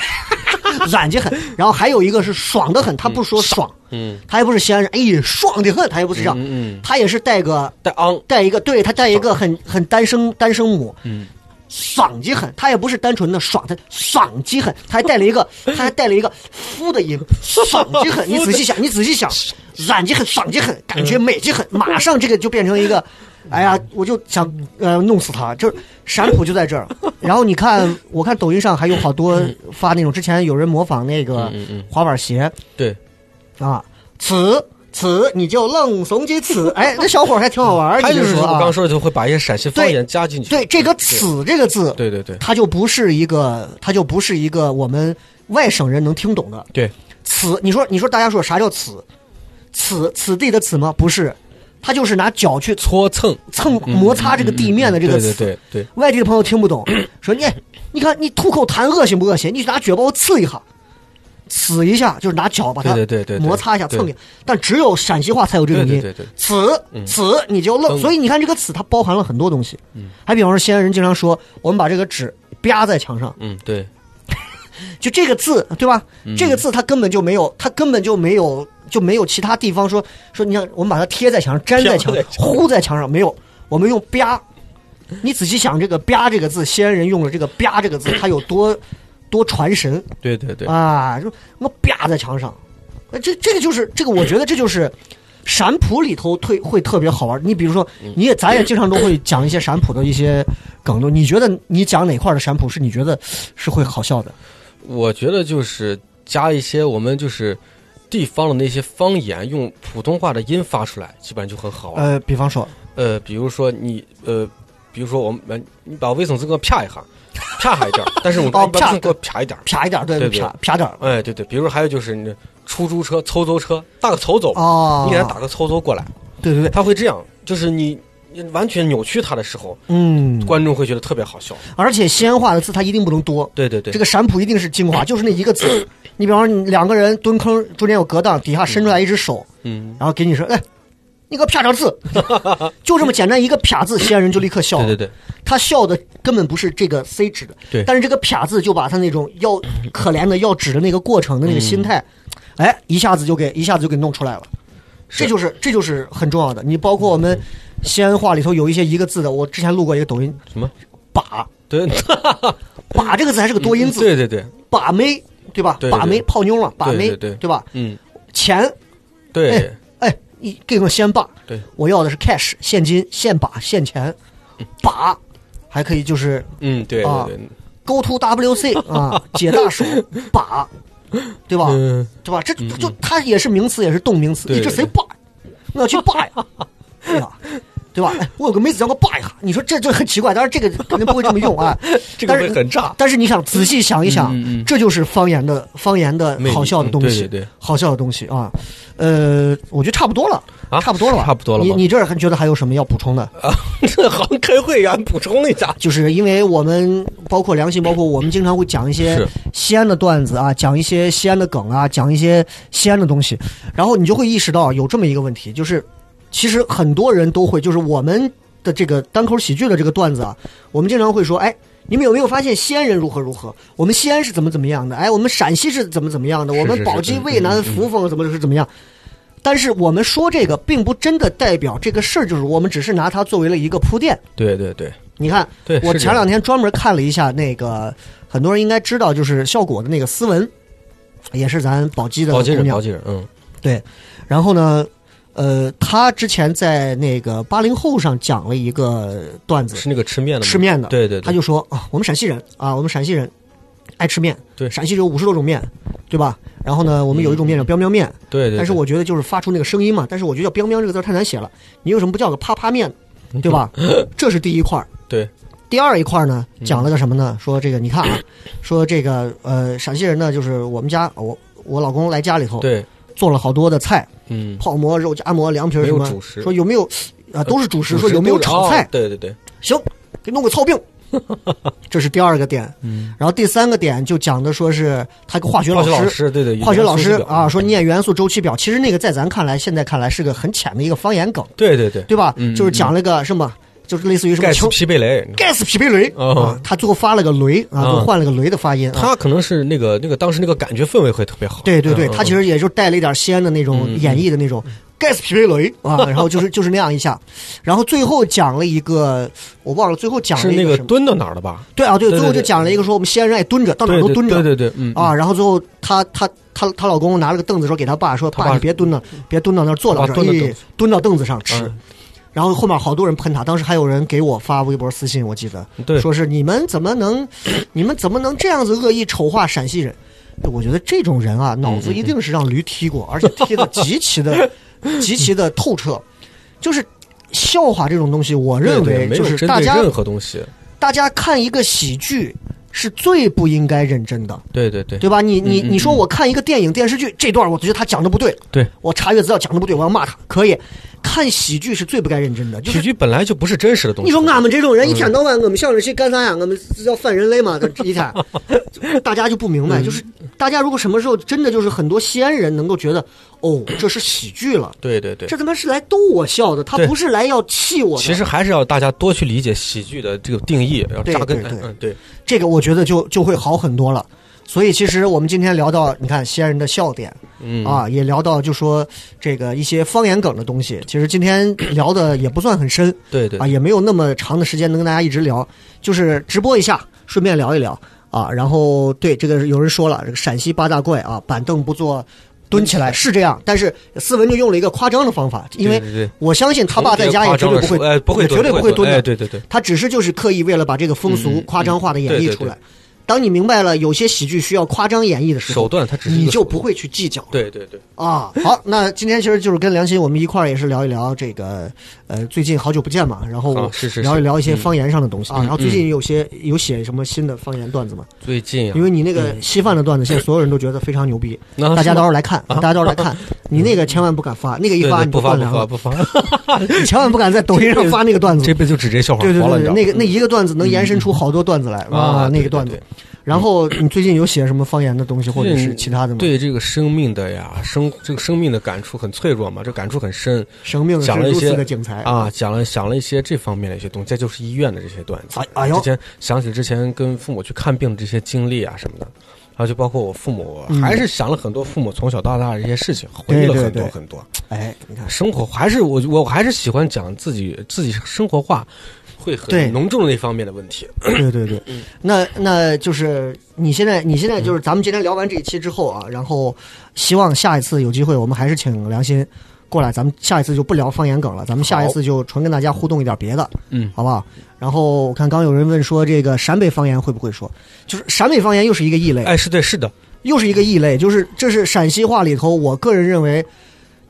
B: 软极很。然后还有一个是爽的很，他不说爽，
D: 嗯
B: 他也不是西安人，哎，爽的很，他也不是这样，
D: 嗯嗯，
B: 他也是带个
D: 带昂，
B: 带一个，对他带一个很很单声单声母，
D: 嗯，
B: 爽极很，他也不是单纯的爽，他爽极很，他还带了一个，他还带了一个夫的音，爽极很，你仔细想，你仔细想，染极很，爽极很，感觉美极很，
D: 嗯
B: 马上这个就变成一个，哎呀，我就想呃弄死他，就是闪谱就在这 儿。然后你看，我看抖音上还有好多发那种，之前有人模仿那个
D: 嗯嗯
B: 滑板鞋
D: 对，
B: 啊，此。此你就愣怂鸡此，哎，那小伙儿还挺好玩儿。
D: 他
B: 你
D: 就
B: 就是说
D: 我
B: 啊
D: 刚说的，就会把一些陕西方言加进去，
B: 对这个“此”这个字，
D: 对对对
B: 它就不是一个，它就不是一个我们外省人能听懂的
D: 对，
B: “此”。你说，你说大家说啥叫“此”？“此”此地的“此”吗？不是，它就是拿脚去
D: 搓蹭，
B: 蹭
D: 嗯
B: 摩擦这个地面的这个“
D: 对
B: 此”
D: 对对对，
B: 外地的朋友听不懂，说你你看你吐口痰恶心不恶心？你拿脚把我刺一下，刺一下就是拿脚把它
D: 对对对对对
B: 摩擦一下
D: 对
B: 蹭一下，但只有陕西话才有这种音。
D: 对对对对
B: 此此你就愣，
D: 嗯
B: 所以你看这个“此”它包含了很多东西。还比方说西安人经常说，我们把这个纸啪在墙上，
D: 嗯对，
B: 就这个字对吧？
D: 嗯
B: 这个字它根本就没有，它根本就没有就没有其他地方说说你看我们把它贴在墙上、粘在墙上
D: 贴在、墙上
B: 糊在墙上没有，我们用啪。你仔细想这个“啪”这个字，西安人用了这个“啪”这个 字，它有多多传神
D: 对对对，
B: 啊！就我啪在墙上，呃这这个就是这个，我觉得这就是陕普里头特会特别好玩。你比如说，
D: 嗯
B: 你也咱也经常都会讲一些陕普的一些梗的，你觉得你讲哪块儿的陕普是你觉得是会好笑的？
D: 我觉得就是加一些我们就是地方的那些方言，用普通话的音发出来，基本上就很好玩。
B: 呃，比方说。
D: 呃，比如说你呃，比如说我们呃你把卫生纸给我啪一下，啪下一点儿，但是我们
B: 哦
D: 一般不
B: 啪
D: 是给我啪一点儿。
B: 啪一点儿，对
D: 对对
B: 啪啪点儿
D: 哎，对对，比如还有就是你出租车、出租车打个头走，
B: 哦，
D: 你给他打个头走过来，
B: 对对对，
D: 他会这样，就是你你完全扭曲他的时候，
B: 嗯，
D: 观众会觉得特别好笑。
B: 而且西安话的字它一定不能多，
D: 对对对，
B: 这个陕普一定是精 华，就是那一个字。你比方说你两个人蹲坑，中间有隔挡，底下伸出来一只手，
D: 嗯，
B: 然后给你说，哎，你给我啪张字， 就这么简单一个啪 字，西安人就立刻笑
D: 对
B: 了。
D: 对对，
B: 他笑的根本不是这个 C 指的，
D: 对
B: 但是这个啪字就把他那种 要可怜的要指的那个过程的那个心态，哎，一下子就给一下子就给弄出来了。
D: 嗯是
B: 这就是这就是很重要的。你包括我们西安话里头有一些一个字的，我之前录过一个抖音，
D: 什么？
B: 把
D: 对，
B: 把这个字还是个多音字，
D: 嗯对对对，
B: 把妹对吧？
D: 对对
B: 把妹泡妞嘛，把妹
D: 对对对
B: 吧？
D: 嗯，
B: 钱
D: 对
B: 哎哎，你给我先把，
D: 对，
B: 我要的是 cash 现金，现把现钱，把还可以就是
D: 嗯对
B: 啊
D: 对对，
B: go to WC 啊，解大手把，对吧？
D: 嗯。
B: 对吧？这就就它也是名词，也是动名词。
D: 对
B: 你这谁
D: 对
B: 霸呀？我要去霸呀！哎呀，对吧？哎我有个妹子让我抱一下，你说这就很奇怪，当然这个肯定不会这么用啊，
D: 这个
B: 但
D: 会
B: 是
D: 很炸。
B: 但是你想仔细想一想，
D: 嗯嗯嗯
B: 这就是方言的方言的
D: 魅力
B: 好笑的东西，
D: 嗯对对对
B: 好笑的东西啊。呃，我觉得差不多了，
D: 啊
B: 差不多了吧，
D: 差不多了
B: 你
D: 吗
B: 你这儿还觉得还有什么要补充的？
D: 啊，这好像开会员补充一下，
B: 啊就是因为我们包括良心，包括我们经常会讲一些
D: 是
B: 西安的段子啊，讲一些西安的梗啊，讲一些西安的东西，然后你就会意识到有这么一个问题，就是其实很多人都会，就是我们的这个单口喜剧的这个段子啊，我们经常会说，哎。你们有没有发现西安人如何如何？我们西安是怎么怎么样的？哎，我们陕西是怎么怎么样的？
D: 是
B: 我们
D: 是
B: 宝鸡
D: 嗯、
B: 渭南、
D: 嗯嗯
B: 扶风怎么是怎么样？但是我们说这个，并不真的代表这个事儿，就是我们只是拿它作为了一个铺垫。
D: 对对对
B: 你看，
D: 对，
B: 我
D: 是这
B: 前
D: 样
B: 两天专门看了一下那个，很多人应该知道，就是效果的那个思文，也是咱宝鸡的
D: 宝鸡
B: 姑
D: 人，
B: 娘
D: 宝。鸡人，嗯，
B: 然后呢，呃，她之前在那个八零后上讲了一个段子，
D: 是那个吃面的吗，
B: 吃面的，
D: 对对对
B: 她就说啊，我们陕西人啊，我们陕西人爱吃面，
D: 对嗯
B: 陕西有五十多种面，对吧？然后呢，我们有一种面叫彪彪面，
D: 对对对，
B: 但是我觉得就是发出那个声音嘛，但是我觉得“彪彪”这个字儿太难写了，你为什么不叫个“啪啪 面”，对吧？这是第一块儿。
D: 对
B: 第二一块儿呢，
D: 嗯
B: 讲了个什么呢？说这个你看 啊，说这个呃，陕西人呢，就是我们家我我老公来家里头
D: 对，
B: 做了好多的菜，
D: 嗯，
B: 泡馍、肉夹馍、凉皮儿
D: 没
B: 什
D: 有
B: 么
D: 主，食呃
B: 说有没有啊、都是主食，
D: 主
B: 说有没有
D: 都是
B: 炒
D: 哦
B: 菜？
D: 对对对，
B: 行，给弄个糙 饼。这是第二个点，嗯，然后第三个点就讲的说是他一个化学
D: 化学
B: 师，
D: 师，对对，
B: 化学老师
D: 元素表
B: 啊，说，念元素周期表，其实那个在咱看来，现在看来是个很浅的一个方言梗，
D: 对对对，
B: 对吧？
D: 嗯
B: 就是讲了个什么，就是类似于什么
D: 盖茨
B: 氢
D: 皮贝雷，
B: 盖茨匹贝雷
D: 哦
B: 啊，他最后发了个雷啊，
D: 嗯
B: 就换了个雷的发音啊。
D: 他可能是那个那个当时那个感觉氛围会特别好，
B: 对对对，
D: 嗯
B: 他其实也就带了一点西安的那种演绎的那种盖茨匹贝雷 啊，然后就是就是那样一下，然后最后讲了一个我忘了，最后讲
D: 是
B: 了一
D: 那
B: 个
D: 个
B: 什么？
D: 蹲到哪儿了吧？
B: 对啊，对，
D: 对对
B: 最后就
D: 对
B: 讲了一个说我们西安人爱蹲着，到哪
D: 对
B: 儿都
D: 对
B: 蹲着。
D: 对对对，嗯
B: 啊，，然后最后她她她她老公拿了个凳子说给她爸说：“
D: 她
B: 爸，
D: 爸
B: 你别蹲了，别蹲到那儿，坐到这
D: 爸蹲到凳
B: 儿
D: 子，
B: 蹲到凳子上吃。
D: 嗯”
B: 然后后面好多人喷她，当时还有人给我发微博私信，我记得
D: 嗯对
B: 说是你们怎么 能，你们怎么能这样子恶意丑化陕西人？对我觉得这种人啊，脑
D: 嗯
B: 子一定是让驴踢过，而且踢的极其 的、 极其的透彻。就是笑话这种东西，我认
D: 对对
B: 为
D: 没
B: 就
D: 有
B: 是
D: 针
B: 大
D: 对
B: 家
D: 任何东西，
B: 大家看一个喜剧是最不应该认真的。
D: 对对对
B: 对吧？你你
D: 嗯嗯
B: 你说我看一个电影电视剧这段，我觉得他讲的不对，
D: 对，
B: 我查阅资料讲的不对，我要骂他。可以，看喜剧是最不该认真的，就
D: 喜
B: 是。
D: 剧本来就不是真实的东
B: 你
D: 西，
B: 说俺们这种人一
D: 嗯
B: 天到晚，我们想着去干啥呀？我们是要反人类嘛？这一 天，就大家就不明
D: 嗯
B: 白，就是大家如果什么时候真的就是很多西安人能够觉得，哦，这是喜剧了，
D: 对对对
B: 这。他妈是来逗我笑的，他
D: 对
B: 不是来要气我的。
D: 其实还是要大家多去理解喜剧的这个定义，要
B: 对
D: 扎根。
B: 对
D: 嗯
B: 对
D: 嗯，对，
B: 这个我觉得就就会好很多了。所以其实我们今天聊到，你看西安人的笑点，
D: 嗯
B: 啊，也聊到就说这个一些方言梗的东西。其实今天聊的也不算很深
D: 对对
B: 啊，也没有那么长的时间能跟大家一直聊，就是直播一下，顺便聊一聊啊。然后对这个有人说了，这个陕西八大怪啊，板凳不坐。蹲起来是这样，但是思文就用了一个夸张的方法，因为
D: 对对对
B: 我相信他爸在家也绝对不会，
D: 哎，不会
B: 也
D: 蹲，
B: 绝对不会蹲的
D: 哎，，对对对，
B: 他只是就是刻意为了把这个风俗
D: 嗯
B: 夸张化的演
D: 对
B: 绎
D: 对
B: 出
D: 对
B: 来。当你明白了有些喜剧需要夸张演绎的时候，
D: 手段它只是一个
B: 你就
D: 手段
B: 不会去计较了。
D: 对对对，
B: 啊，好，那今天其实就是跟梁鑫我们一块儿也是聊一聊这个，呃，最近好久不见嘛，然后
D: 啊是是是
B: 聊一聊一些方言上的东西啊。
D: 嗯
B: 然后最近有些有写什么新的方言段子吗？
D: 最近
B: 因
D: 啊，
B: 为你那个稀饭的段子， 现在所有人都觉得非常牛逼，
D: 那
B: 大家
D: 是啊
B: 到时候来看，大家到时候来 看。你那个千万不敢发，那个一
D: 对
B: 发
D: 对
B: 你
D: 不
B: 就
D: 发
B: 断粮
D: 不发
B: 了，啊
D: 不发，
B: 你千万不敢在抖音上发那个段子
D: 这。辈子就指这笑话
B: 对对
D: 黄了，
B: 对
D: 你
B: 对，
D: 知道
B: 那个
D: 吗
B: 那一个段子能延伸出好多段子来
D: 啊
B: 啊，
D: 对
B: 那个
D: 对
B: 段子
D: 对。
B: 然后你最近有写什么方言的东西，或者
D: 最
B: 是
D: 近
B: 其他的吗？，
D: 对这个生命的呀，生这个生命的感触很脆弱嘛，这感触很深。
B: 生命是
D: 讲了一
B: 如
D: 些
B: 此的精彩
D: 啊，讲了想了一些这方面的一些东西，这就是医院的这些段子。
B: 哎哎呦
D: 之前想起之前跟父母去看病的这些经历啊什么的，然后就包括我父母，
B: 嗯
D: 还是想了很多父母从小到大的一些事情，回忆
B: 对
D: 了
B: 对
D: 很多
B: 对
D: 很多。
B: 哎，你看。
D: 生活还是我我还是喜欢讲自己自己生活化，会
B: 对
D: 很浓重的那方面的问题。
B: 对对对，
D: 嗯
B: 那那就是你现在，你现在就是咱们今天聊完这一期之后啊，然后希望下一次有机会，我们还是请良心过来，咱们下一次就不聊方言梗了，咱们下一次就纯跟大家互动一点别的，
D: 嗯，
B: 好不好？然后我看刚有人问说这个陕北方言会不会说，就是陕北方言又是一个
D: 哎
B: 异类，
D: 哎，是对，是的，
B: 又是一个异类，就是这是陕西话里头，我个人认为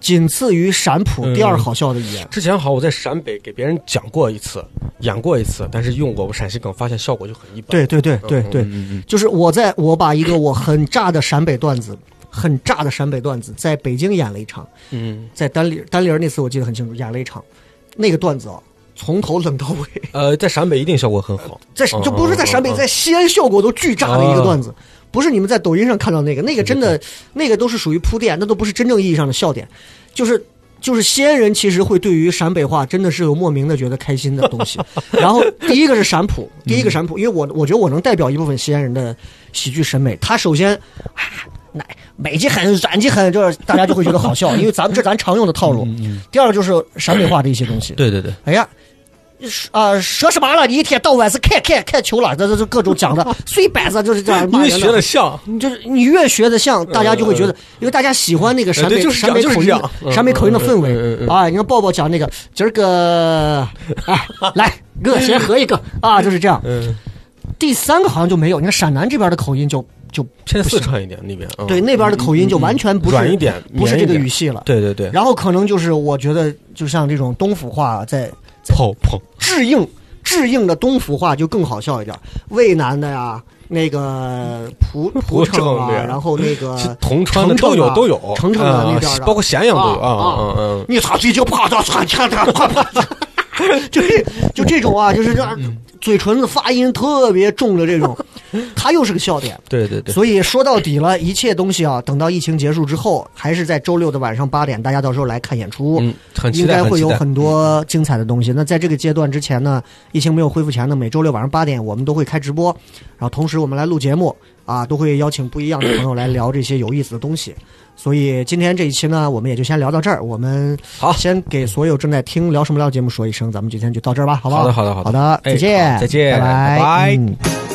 B: 仅次于陕普第二
D: 嗯
B: 好笑的语言。
D: 之前好，我在陕北给别人讲过一次，演过一次，但是用过我陕西梗，发现效果就很一般。
B: 对对对对对，
D: 嗯
B: 就是我在我把一个我很炸的陕北段子，很炸的陕北段子，在北京演了一场，
D: 嗯，
B: 在丹林丹林儿那次我记得很清楚，演了一场，那个段子啊，从头冷到尾，
D: 呃，在陕北一定效果很好。
B: 呃在
D: 嗯
B: 就不是在陕北，
D: 嗯嗯嗯
B: 在西安效果都巨炸的一个段子，不是你们在抖音上看到那个，那个真的那个都是属于铺垫，那都不是真正意义上的笑点，就是。就是西安人其实会对于陕北话真的是有莫名的觉得开心的东西。然后第一个是陕普，第
D: 嗯
B: 一个陕普，因为我我觉得我能代表一部分西安人的喜剧审美。他首先啊，那美极狠，软极狠，就是大家就会觉得好笑，因为咱们这咱常用的套
D: 嗯
B: 路。第二个就是陕北话的一些东西，
D: 对对对，
B: 哎呀，啊，说什么了？你一天到晚是看看看球了，这这这各种讲 的碎板子就是这样
D: 因
B: 骂
D: 为
B: 人
D: 学的
B: 的。
D: 像，
B: 就是你越学的像，大家就会觉得，因为大家喜欢那个陕
D: 哎对
B: 北
D: 就是这
B: 陕
D: 样
B: 北口
D: 就是
B: 音
D: 这样，嗯
B: 陕北口音的氛
D: 嗯嗯嗯
B: 围
D: 嗯
B: 啊。你看抱抱讲那个，今儿个哎来，我先喝一个啊，就是这样。
D: 嗯，
B: 第三个好像就没有，你看陕南这边的口音就就
D: 偏四川一点那边。嗯
B: 对那边的口音就完全不是
D: 软一点
B: 不是这
D: 绵一
B: 个
D: 点
B: 语系了。
D: 对对对，
B: 然后可能就是我觉得，就像这种东府话在
D: 跑跑，
B: 智硬智硬的东府话就更好笑一点，渭南的呀，那个蒲蒲城
D: 蒲城的
B: 啊，
D: 呀
B: 然后那
D: 其实
B: 个
D: 同川的
B: 澄
D: 都
B: 城
D: 有
B: 啊
D: 都有，
B: 澄城的
D: 嗯
B: 那边儿的
D: 包括咸阳都有
B: 啊
D: 啊嗯
B: 你咋最近跑到山前的？ 就是就这种啊，就是这样
D: 嗯
B: 嘴唇子发音特别重的这种，它又是个笑点。
D: 对对对，
B: 所以说到底了，一切东西啊，等到疫情结束之后，还是在周六的晚上八点，大家到时候来看演出。
D: 嗯，很期
B: 应
D: 待，
B: 该会有
D: 期待嗯
B: 很多精彩的东西。那在这个阶段之前呢，疫情没有恢复前呢，每周六晚上八点我们都会开直播，然后同时我们来录节目啊，都会邀请不一样的朋友来聊这些有意思的东西。所以今天这一期呢，我们也就先聊到这儿。我们
D: 好
B: 先给所有正在听聊什么聊节目说一声，咱们今天就到这儿吧，好不好？
D: 好的好的好的
B: 好的，
D: 哎
B: 再见，
D: 好再
B: 拜
D: 见拜拜
B: 嗯